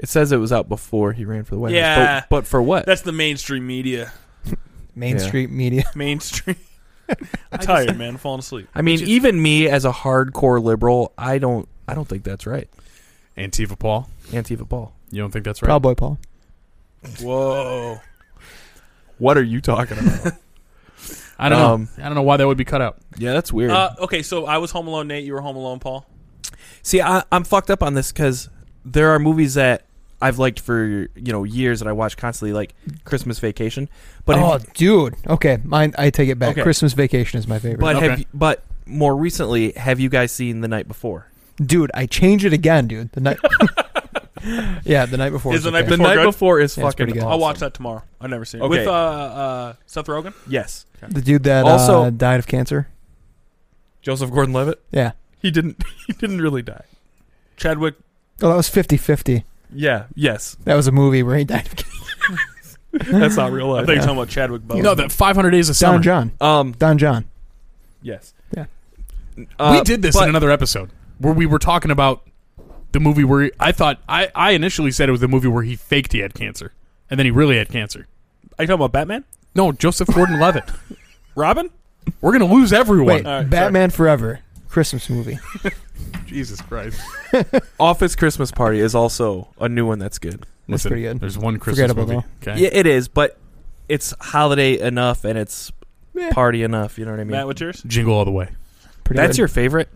E: It says it was out before he ran for the White House.
F: Yeah.
E: But, but for what?
F: That's the mainstream media.
G: Main
E: Yeah.
G: Street Media.
F: Mainstream. I'm tired, man. I'm falling asleep.
E: I mean, even me as a hardcore liberal, I don't, I don't think that's right.
A: Antifa Paul.
E: Antifa Paul.
A: You don't think that's right?
G: Cowboy Paul.
F: Whoa.
E: What are you talking about?
A: I don't
E: Um,
A: know. I don't know why that would be cut out.
E: Yeah, that's weird.
F: Uh, okay, so I was home alone, Nate. You were home alone, Paul.
E: See, I, I'm fucked up on this because there are movies that I've liked for you know years that I watch constantly, like Christmas Vacation. But
G: oh,
E: have,
G: dude. Okay, mine. I take it back.
E: Okay.
G: Christmas Vacation is my favorite.
E: but have
A: Okay.
E: you- but more recently, have you guys seen The Night Before?
G: dude, I change it again, dude. The night. yeah, the night before.
F: Is the night
E: The
F: Before
E: Night
F: good?
E: Before is
G: Yeah, it's pretty
E: fucking.
G: good.
E: Awesome.
F: I'll watch that tomorrow. I never seen it
E: Okay.
F: with uh, uh, Seth Rogen.
E: Yes,
G: the dude that also
E: Also-
G: died of cancer.
E: Joseph Gordon-Levitt.
G: Yeah.
E: He didn't. He didn't really die.
F: Chadwick.
G: Oh, that was 50-50.
E: Yeah. Yes.
G: That was a movie where he died of cancer.
E: That's not real
F: Mm-hmm. I
E: life.
F: think you're talking about Chadwick Boseman.
A: No, that 500 Days of Summer.
G: Don John.
E: Um.
G: Don John.
E: Yes.
G: Yeah.
E: Uh,
A: we did this
E: but-
A: in another episode where we were talking about the movie where he- I thought I, I initially said it was the movie where he faked he had cancer and then he really had cancer.
F: Are you talking about Batman?
A: No, Joseph Gordon-Levitt.
F: Robin?
A: we're gonna lose everyone.
G: Wait,
F: right,
G: Batman Forever. Christmas movie.
A: Jesus Christ!
E: Office Christmas Party is also a new one that's good.
G: That's
A: Listen,
G: pretty good.
A: There's one Christmas
G: Forgettable,
A: movie. Okay.
E: Yeah, it is, but it's holiday enough and it's
G: Yeah.
E: party enough. You know what I mean?
F: Matt, what's yours?
A: Jingle all the way.
G: Pretty
E: That's
G: good.
E: your favorite.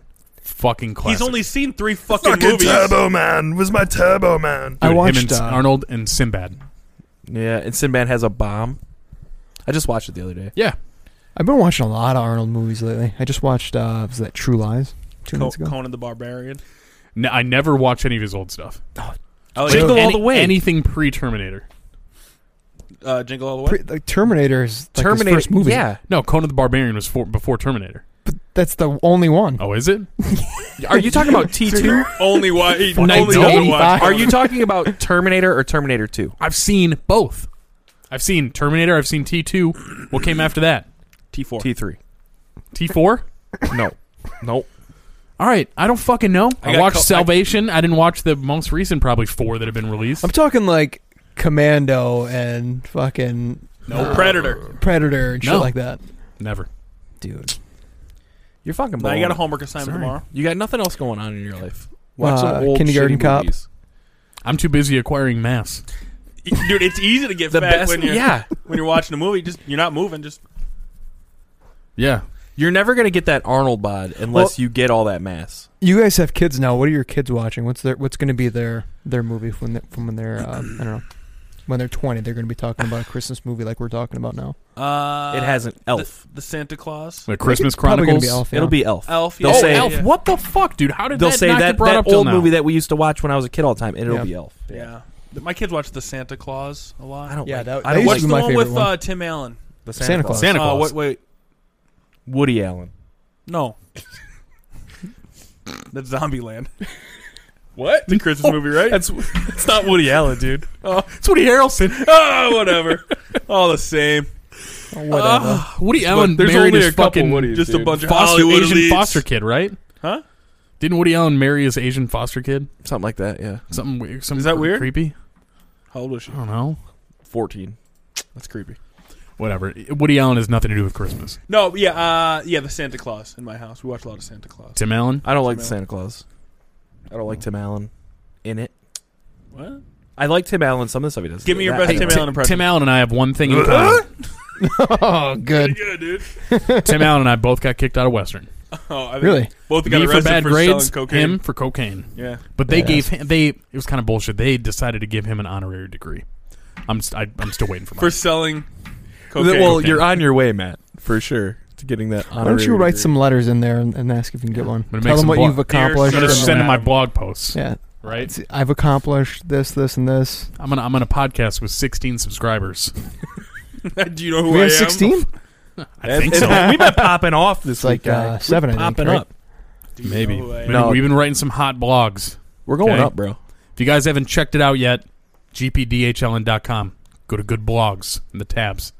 A: Fucking classic.
F: He's only seen three fucking, movies.
E: Man was my Turbo Man.
A: Dude,
G: I watched,
A: him and S-
G: uh,
A: Arnold and Sinbad.
E: Yeah, and Sinbad has a bomb. I just watched it the other day.
A: Yeah,
G: I've been watching a lot of Arnold movies lately. I just watched uh was that True Lies two
F: Co-
G: minutes ago.
F: Conan the Barbarian.
A: N I I never watch any of his old stuff.
F: Oh,
G: Jingle
A: Any-
F: yeah.
E: All the Way.
A: Anything pre Terminator.
F: uh, Jingle All the Way.
G: Pre- like Terminator is like his first movie.
E: Yeah,
A: No, Conan the Barbarian was for, before Terminator.
G: that's the only one.
A: Oh, is it?
E: are you talking about T two?
F: only one. He only
A: Nineteen
F: other one.
G: eighty-five.
E: Are you talking about Terminator or Terminator two?
A: I've seen both. I've seen Terminator. I've seen T two. What came after that?
F: T4.
E: T three?
A: T four.
E: No, nope.
A: All right, I don't fucking know. I,
F: got
A: watched
F: co- I-
A: Salvation. I, didn't watch the most recent, probably four that have been released.
G: I'm talking like Commando and fucking
F: no Predator.
G: Predator and shit
A: No.
G: like that.
A: Never.
G: Dude.
E: You're fucking.
F: Now
E: Blown.
F: you got a homework assignment
A: Sorry.
F: tomorrow.
E: You got nothing else going on in your life. Watch
G: Uh,
E: some old
G: Kindergarten
E: shitty
G: Cop.
E: movies.
A: I'm too busy acquiring mass.
F: Dude, it's easy to get
E: The
F: fat
E: best.
F: when you're
E: yeah,
F: when you're watching a movie. Just you're not moving. Just
A: Yeah.
E: you're never gonna get that Arnold bod unless you get all that mass.
G: You guys have kids now. What are your kids watching? What's their what's going to be their their movie when they, from when they're uh, I don't know when they're 20? They're going to be talking about a Christmas movie like we're talking about now.
F: uh,
E: it has an
F: the-
E: elf.
F: The, Santa Claus.
A: The Christmas
G: It's probably gonna
A: Chronicles.
G: be Elf, yeah.
E: It'll be elf.
F: Elf.
E: They'll
F: yeah,
A: oh,
E: say-
F: yeah,
A: Elf.
F: Yeah.
A: What the fuck, dude? How did
E: They'll
A: that
E: say
A: not
E: that
A: get brought
E: that
A: up till
E: old
A: now?
E: movie that we used to watch when I was a kid all the time. and It'll
G: Yeah.
E: be elf.
F: Yeah. Th- My kids watch the Santa Claus a lot.
E: I don't.
G: Yeah,
E: like,
G: that-
E: I
G: that
E: don't
G: used
E: like
F: What's
G: to
F: the
G: be my
F: one with
G: favorite one.
F: Uh, Tim Allen?
E: the
G: Santa Claus.
A: Santa
F: Uh,
A: Claus.
F: what, wait,
E: Woody Allen.
F: no. That's Zombieland. What? The Christmas movie, right? That's
E: It's not Woody Allen, dude.
A: It's Woody Harrelson.
F: oh, whatever. All the same.
G: Oh, whatever.
A: Woody Allen
E: There's
A: married
E: only
A: his
E: a couple
A: fucking
E: Woodys,
F: Just a
E: dude.
F: bunch of
A: foster
F: Hollywood
A: Asian
F: elites.
A: foster kid, right?
F: Huh?
A: Didn't Woody Allen marry his Asian foster kid?
E: Something like that. Yeah,
A: Something weird. Something
F: Is that weird?
A: Creepy.
F: How old was she?
A: I don't know.
E: fourteen. That's creepy.
A: Whatever. Woody Allen has nothing to do with Christmas.
F: No, yeah, uh, yeah, the Santa Claus in my house. We watch a lot of Santa Claus.
A: Tim Allen.
E: I don't like
F: Tim
E: Santa Claus. I don't like Tim Allen in it.
F: What?
E: I like Tim Allen. Some of the stuff he does.
F: Give me your best Tim
A: Ti-
F: Allen impression.
A: Tim Allen and I have one thing in common.
G: oh, good.
F: Yeah, dude.
A: Tim Allen and I both got kicked out of Western.
F: Oh, I think
G: Really?
F: Both got
A: Me for
F: arrested
A: bad
F: for
A: grades,
F: selling cocaine.
A: him for cocaine.
F: Yeah.
A: But they
G: Yeah.
A: gave him they. It was kind of bullshit. They decided to give him an honorary degree. I'm st- I, I'm still waiting for mine.
F: For selling cocaine.
E: Okay, well,
A: okay.
E: you're on your way, Matt, for sure to getting that.
G: Why don't you write some letters in there and, and ask if you can get one?
A: But it
G: Tell
A: makes
G: them
A: them
G: what
A: blo-
G: you've
A: I'm
G: accomplished.
A: gonna
G: and
F: Sure.
A: send
G: what-
A: him my blog posts.
G: yeah,
A: Right.
G: See, I've accomplished this, this, and this.
A: I'm on. I'm on a podcast with 16 subscribers.
F: Do you know who
G: we
F: I
G: have
F: am?
G: 16.
A: I think so.
E: We've been popping off this
G: It's like
E: week, guy.
G: uh, seven. I think.
E: popping
G: right?
E: up.
F: Do you
A: Maybe.
F: know who I am?
A: Maybe
E: No.
A: We've been writing some hot blogs.
E: We're going
A: Okay.
E: up, bro.
A: If you guys haven't checked it out yet, gpdhln.com. Go to good blogs in the tabs.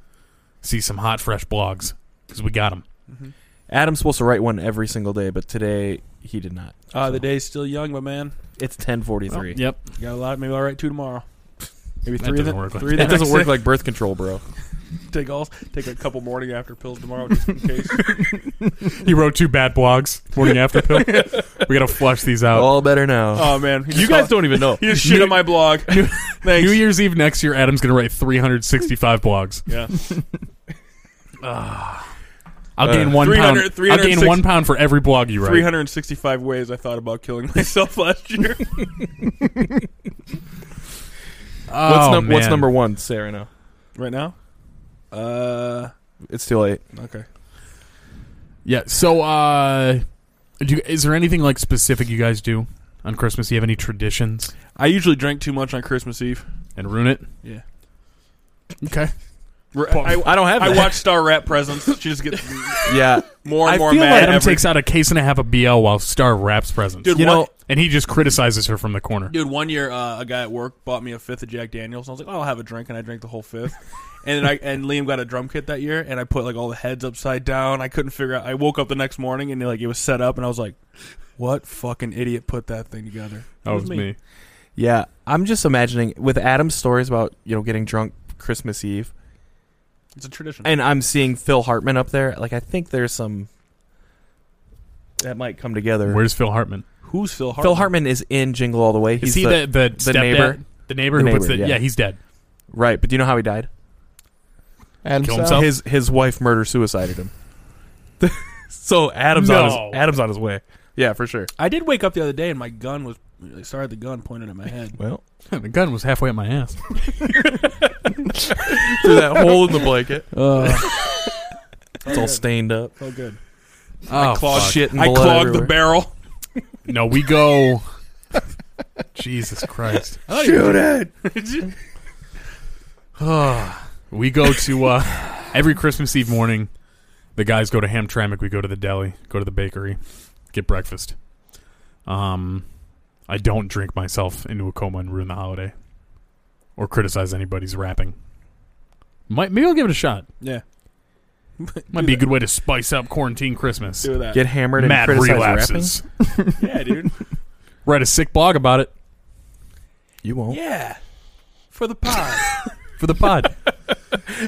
A: See some hot, fresh blogs because we got them.
E: Adam's supposed to write one every single day, but today he did not.
F: Uh, the day's still young, my man.
E: It's 10:43.
A: Yep.
F: You got a lot. Maybe I'll write two tomorrow. Maybe
A: That
F: three.
A: doesn't
F: the,
A: work like
F: three
E: That
F: the
E: doesn't
F: next
E: work
F: day.
E: like birth control, bro.
F: Take off. Take a couple morning after pills tomorrow, just in case.
A: He wrote two bad blogs morning after pill. we got to flush these out.
E: All better now.
F: oh man,
E: you guys don't even know.
F: You just shit on my blog. Thanks.
A: New Year's Eve next year, Adam's going to write 365 blogs.
F: yeah.
A: I'll
E: Uh,
A: gain one pound.
F: 300
A: I'll gain
F: 360
A: one pound for every blog you write.
F: 365 ways I thought about killing myself last year.
A: Oh,
E: What's, num- what's
A: man.
E: number one, Sarah? Now
F: right now? Uh,
E: it's too late.
F: okay.
A: Yeah. So, uh, do you, is there anything like specific you guys do on Christmas? Do you have any traditions
F: I usually drink too much on Christmas Eve.
A: and ruin it?
F: Yeah.
A: Okay.
F: R- I,
E: I don't have.
F: I
E: that.
F: watch Star Rat Presents. She just gets
E: Yeah,
F: more and
E: I
F: more
E: feel
F: mad.
E: like-
A: Adam
F: every-
A: takes out a case and a half of BL while Star wraps presents.
F: Dude,
E: you
F: one-
E: know,
A: and he just criticizes her from the corner.
F: Dude, one year uh, a guy at work bought me a fifth of Jack Daniels, and I was like, "Oh, I'll have a drink," and I drank the whole fifth. and then I and Liam got a drum kit that year, and I put like all the heads upside down. I couldn't figure out. I woke up the next morning and like it was set up, and I was like, "What fucking idiot put that thing together?"
A: That was me.
E: yeah. I'm just imagining with Adam's stories about you know getting drunk Christmas Eve,
F: It's a tradition.
E: and I'm seeing Phil Hartman up there. Like I think there's some that might come together.
A: Where's Phil Hartman?
F: Who's Phil Hartman?
E: Phil Hartman is in Jingle All the Way. He's
A: Is he
E: the,
A: the the,
E: the
A: stepdad-
E: neighbor?
A: The neighbor
E: The
A: who puts
E: neighbor,
A: the yeah.
E: yeah.
A: he's dead.
E: right? But do you know how he died?
G: Adam
A: Kill
G: Sandler.
A: himself?
E: His his wife murder suicided him. so Adam's on
A: No.
E: his Adam's on his way. Yeah, for sure.
F: I did wake up the other day, and my gun was. Sorry, the gun pointed at my head.
E: Well,
A: the gun was halfway up my ass.
E: through that hole in the blanket, it's all
F: good.
E: stained up.
F: Oh, good.
A: Oh,
E: Clawed shit and
F: I
E: blood
F: clogged the
E: everywhere.
F: barrel.
A: no, we go. Jesus Christ.
F: Shoot it!
A: We go to uh, every Christmas Eve morning. The guys go to Hamtramck. We go to the deli, go to the bakery, get breakfast. Um, I don't drink myself into a coma and ruin the holiday, or criticize anybody's rapping. Might maybe I'll give it a shot.
F: yeah,
A: Might be a good way to spice up quarantine Christmas.
F: do that.
E: Get hammered and
A: Mad
E: criticize
A: relapses.
F: yeah, dude.
A: Write a sick blog about it
E: rapping. You won't.
F: Yeah, for the pod.
A: for the pod.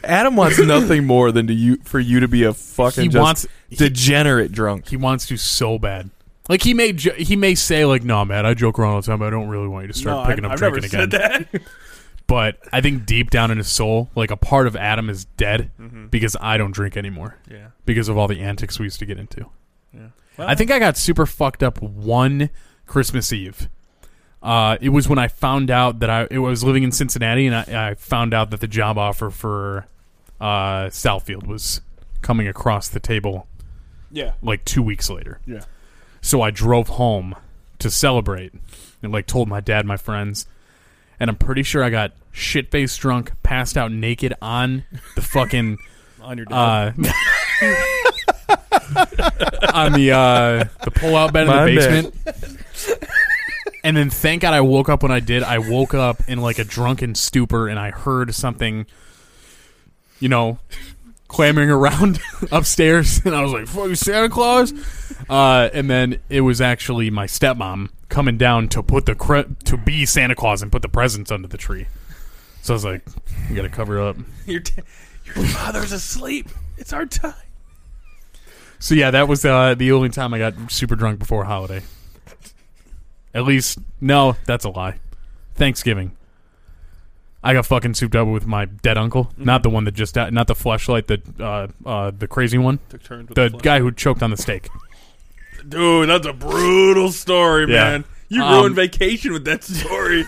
E: Adam wants nothing more than to you for you to be a fucking
A: He
E: just
A: wants-
E: degenerate drunk.
A: he wants to so bad. Like he may jo- he may say like, "No, man, I joke around all the time. I don't really want you to start picking
F: I've,
A: up
F: I've never
A: drinking again."
F: said that.
A: but I think deep down in his soul, like a part of Adam is dead because I don't drink anymore
F: yeah.
A: because of all the antics we used to get into.
F: Yeah.
A: I think I got super fucked up one Christmas Eve. Uh, it was when I found out that I it was living in Cincinnati, and I, I found out that the job offer for uh, Southfield was coming across the table
F: Yeah.
A: like two weeks later.
F: Yeah.
A: So I drove home to celebrate and like told my dad, my friends, and I'm pretty sure I got shit faced drunk, passed out naked on the fucking
F: On your dad.
A: uh on the uh the pull out bed in
E: My
A: the
E: bad.
A: basement. And then thank God I woke up when I did. I woke up in like a drunken stupor and I heard something you know clamoring around upstairs and I was like, Fuck Santa Claus uh, and then it was actually my stepmom coming down to put the cre- to be Santa Claus and put the presents under the tree. So I was like, "We gotta cover up."
F: your, t- your father's asleep. It's our time.
A: So yeah, that was uh, the only time I got super drunk before a holiday. At least, no, that's a lie. Thanksgiving, I got fucking souped up with my dead uncle.
G: Mm-hmm.
A: Not the one that just died. Not the flashlight. The uh, uh, the crazy one.
F: Took turns with Oh,
A: The
F: flesh.
A: guy who choked on the steak.
F: Dude, that's a brutal story,
A: Yeah.
F: man. You
A: Um,
F: ruined vacation with that story.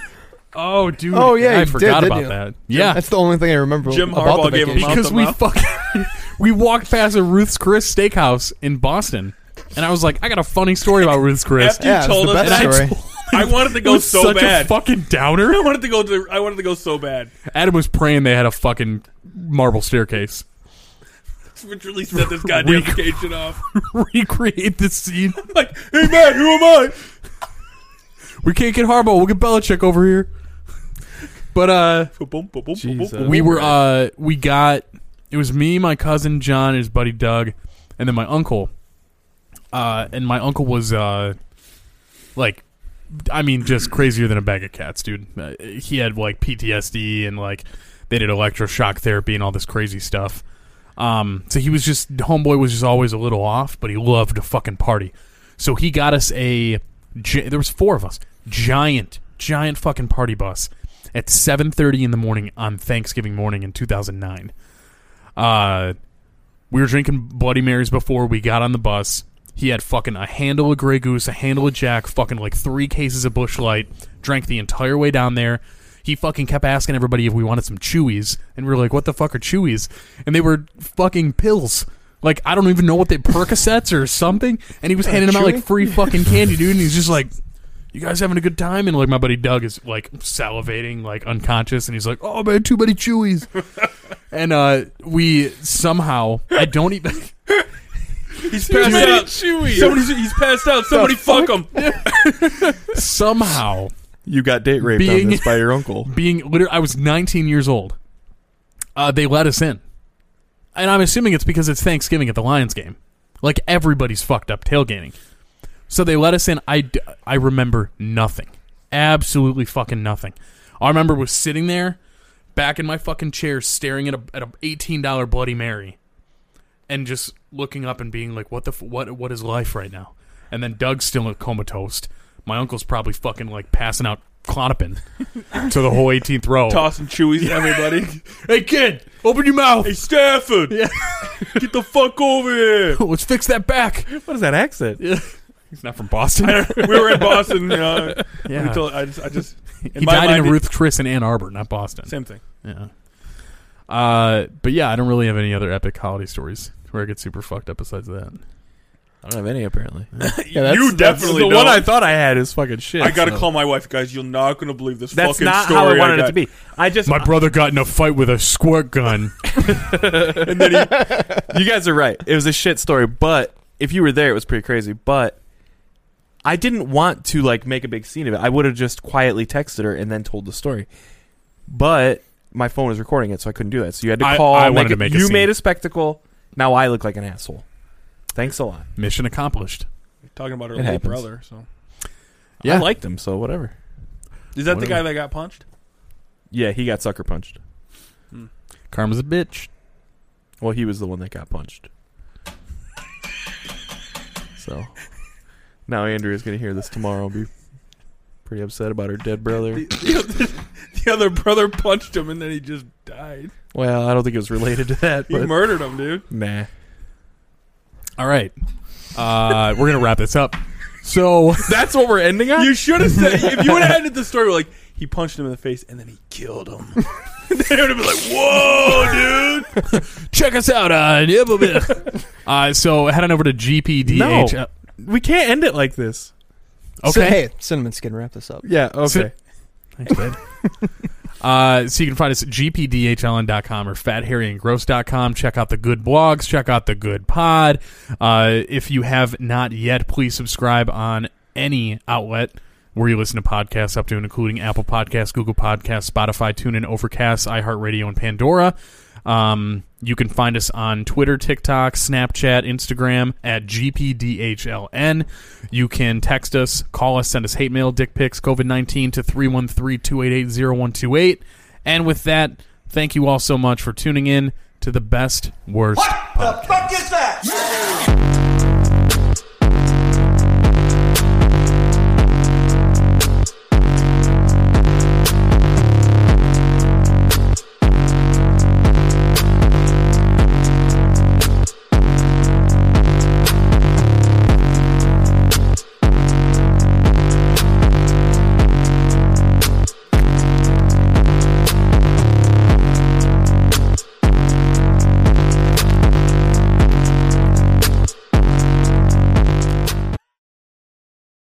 A: Oh, dude.
G: Oh, yeah,
A: I
G: you did,
A: forgot
G: didn't
A: about
G: you?
A: that. Yeah,
G: That's the only thing I remember.
F: Jim
G: about
F: Harbaugh
G: the
F: gave him
G: vacation.
A: because
F: mouth-
A: we
F: mouth.
A: fucking we walked past a Ruth's Chris steakhouse in Boston, and I was like, I got a funny story about Ruth's Chris.
F: After
G: yeah,
F: you
G: it's
F: told
G: the
F: us
G: best
F: that,
G: story.
F: I wanted to
A: It
F: go
A: was
F: so
A: such
F: bad.
A: a fucking downer.
F: I wanted to go to. I wanted to go so bad,
A: Adam was praying they had a fucking marble staircase.
F: which really set this goddamn
A: Weak.
F: vacation off.
A: Recreate the scene.
F: like, hey man, who am I?
A: We can't get Harbaugh. We'll get Belichick over here. But uh,
F: Ba-boom, ba-boom,
E: Jesus.
F: ba-boom.
A: we were uh, we got it was me, my cousin John, his buddy Doug, and then my uncle. Uh, and my uncle was uh, like, I mean, just crazier than a bag of cats, dude. Uh, he had like PTSD and like they did electroshock therapy and all this crazy stuff. Um, so he was just homeboy was just always a little off, but he loved to fucking party. So he got us a gi- there was four of us giant giant fucking party bus at 7:30 in the morning on Thanksgiving morning in 2009. Uh, We were drinking Bloody Marys before we got on the bus. He had fucking a handle of Grey Goose, a handle of Jack, fucking like three cases of Bush Light. Drank the entire way down there. He fucking kept asking everybody if we wanted some Chewies, and we were like, "What the fuck are Chewies?" And they were fucking pills. Like I don't even know what they Percocets or something. And he was handing them out like
G: Chewy?
A: free fucking candy, dude. And he's just like, "You guys having a good time?" And like my buddy Doug is like salivating, like unconscious, and he's like, "Oh man, too many Chewies." and uh, we somehow I don't even.
F: He's passed out. Somebody's he's passed out. Somebody fuck him.
A: somehow
I: You got date raped
A: Being-
I: on this by your uncle.
A: being literally, I was 19 years old. Uh, they let us in, and I'm assuming it's because it's Thanksgiving at the Lions game. Like everybody's fucked up tailgating, so they let us in. I d- I remember nothing, absolutely fucking nothing. I remember was sitting there, back in my fucking chair, staring at a at a 18 dollar Bloody Mary, and just looking up and being like, "What the f- what what is life right now?" And then Doug's still comatose. My uncle's probably fucking like passing out clonopin to the whole 18th row.
F: Tossing chewies at everybody.
A: Hey kid, open your mouth.
F: Hey Stafford, get the fuck over here.
A: Let's fix that back.
E: What is that accent?
A: He's not from Boston.
F: We were in Boston. Uh,
A: Yeah.
F: we told- I just, I just
A: he
F: my
A: died in
F: mind,
A: a
F: it-
A: Ruth Chris in Ann Arbor, not Boston.
F: same thing.
A: Yeah. Uh, but yeah, I don't really have any other epic holiday stories where I get super fucked up besides that.
I: I don't have any apparently.
G: Yeah, that's,
F: you definitely
E: The
F: don't.
E: one I thought I had is fucking shit.
F: I gotta
E: so.
F: call my wife, guys. You're not gonna believe this
E: That's
F: fucking
E: not
F: story.
E: how I wanted
F: got.
E: it to be. I just
A: My brother got in a fight with a squirt gun.
E: and then he, you guys are right. It was a shit story, but if you were there, it was pretty crazy. But I didn't want to like make a big scene of it. I would have just quietly texted her and then told the story. But my phone was recording it, so I couldn't do that. So you had to
A: I-
E: call.
A: I wanted to make a
E: you
A: scene.
E: made a spectacle. Now I look like an asshole. Thanks a lot.
A: Mission accomplished.
F: Talking about her
E: It
F: late
E: happens.
F: brother. So
A: Yeah.
E: I liked him, so whatever.
F: is that the
A: Whatever.
F: guy that got punched?
E: Yeah, he got sucker punched.
A: Karma's a bitch.
E: Well, he was the one that got punched. So now Andrea's gonna hear this tomorrow and be pretty upset about her dead brother.
F: The other brother punched him, and then he just died.
E: Well, I don't think it was related to that,
F: He
E: but
F: murdered him, dude.
E: nah.
A: All right. Uh, we're gonna wrap this up. So
E: That's what we're ending on.
F: You should have said if you would have ended the story like he punched him in the face and then he killed him. they would have been like, "Whoa, dude!"
A: check us out on uh, so head on over to GPDH.
E: no,
A: Uh,
E: we can't end it like this.
G: So,
A: Okay.
G: hey, cinnamon skin, wrap this up.
E: Yeah. Okay.
A: Thanks, babe. uh, so you can find us at gpdhln.com or fatharryandgross.com. Check out the good blogs. Check out the good pod. Uh, if you have not yet, please subscribe on any outlet where you listen to podcasts up to and including Apple Podcasts, Google Podcasts, Spotify, TuneIn, Overcast, iHeartRadio, and Pandora. Um, you can find us on Twitter, TikTok, Snapchat, Instagram at GPDHLN. You can text us, call us, send us hate mail, dick pics, COVID 19 to 313 288 0128. And with that, thank you all so much for tuning in to the best, worst.
B: What the fuck is that?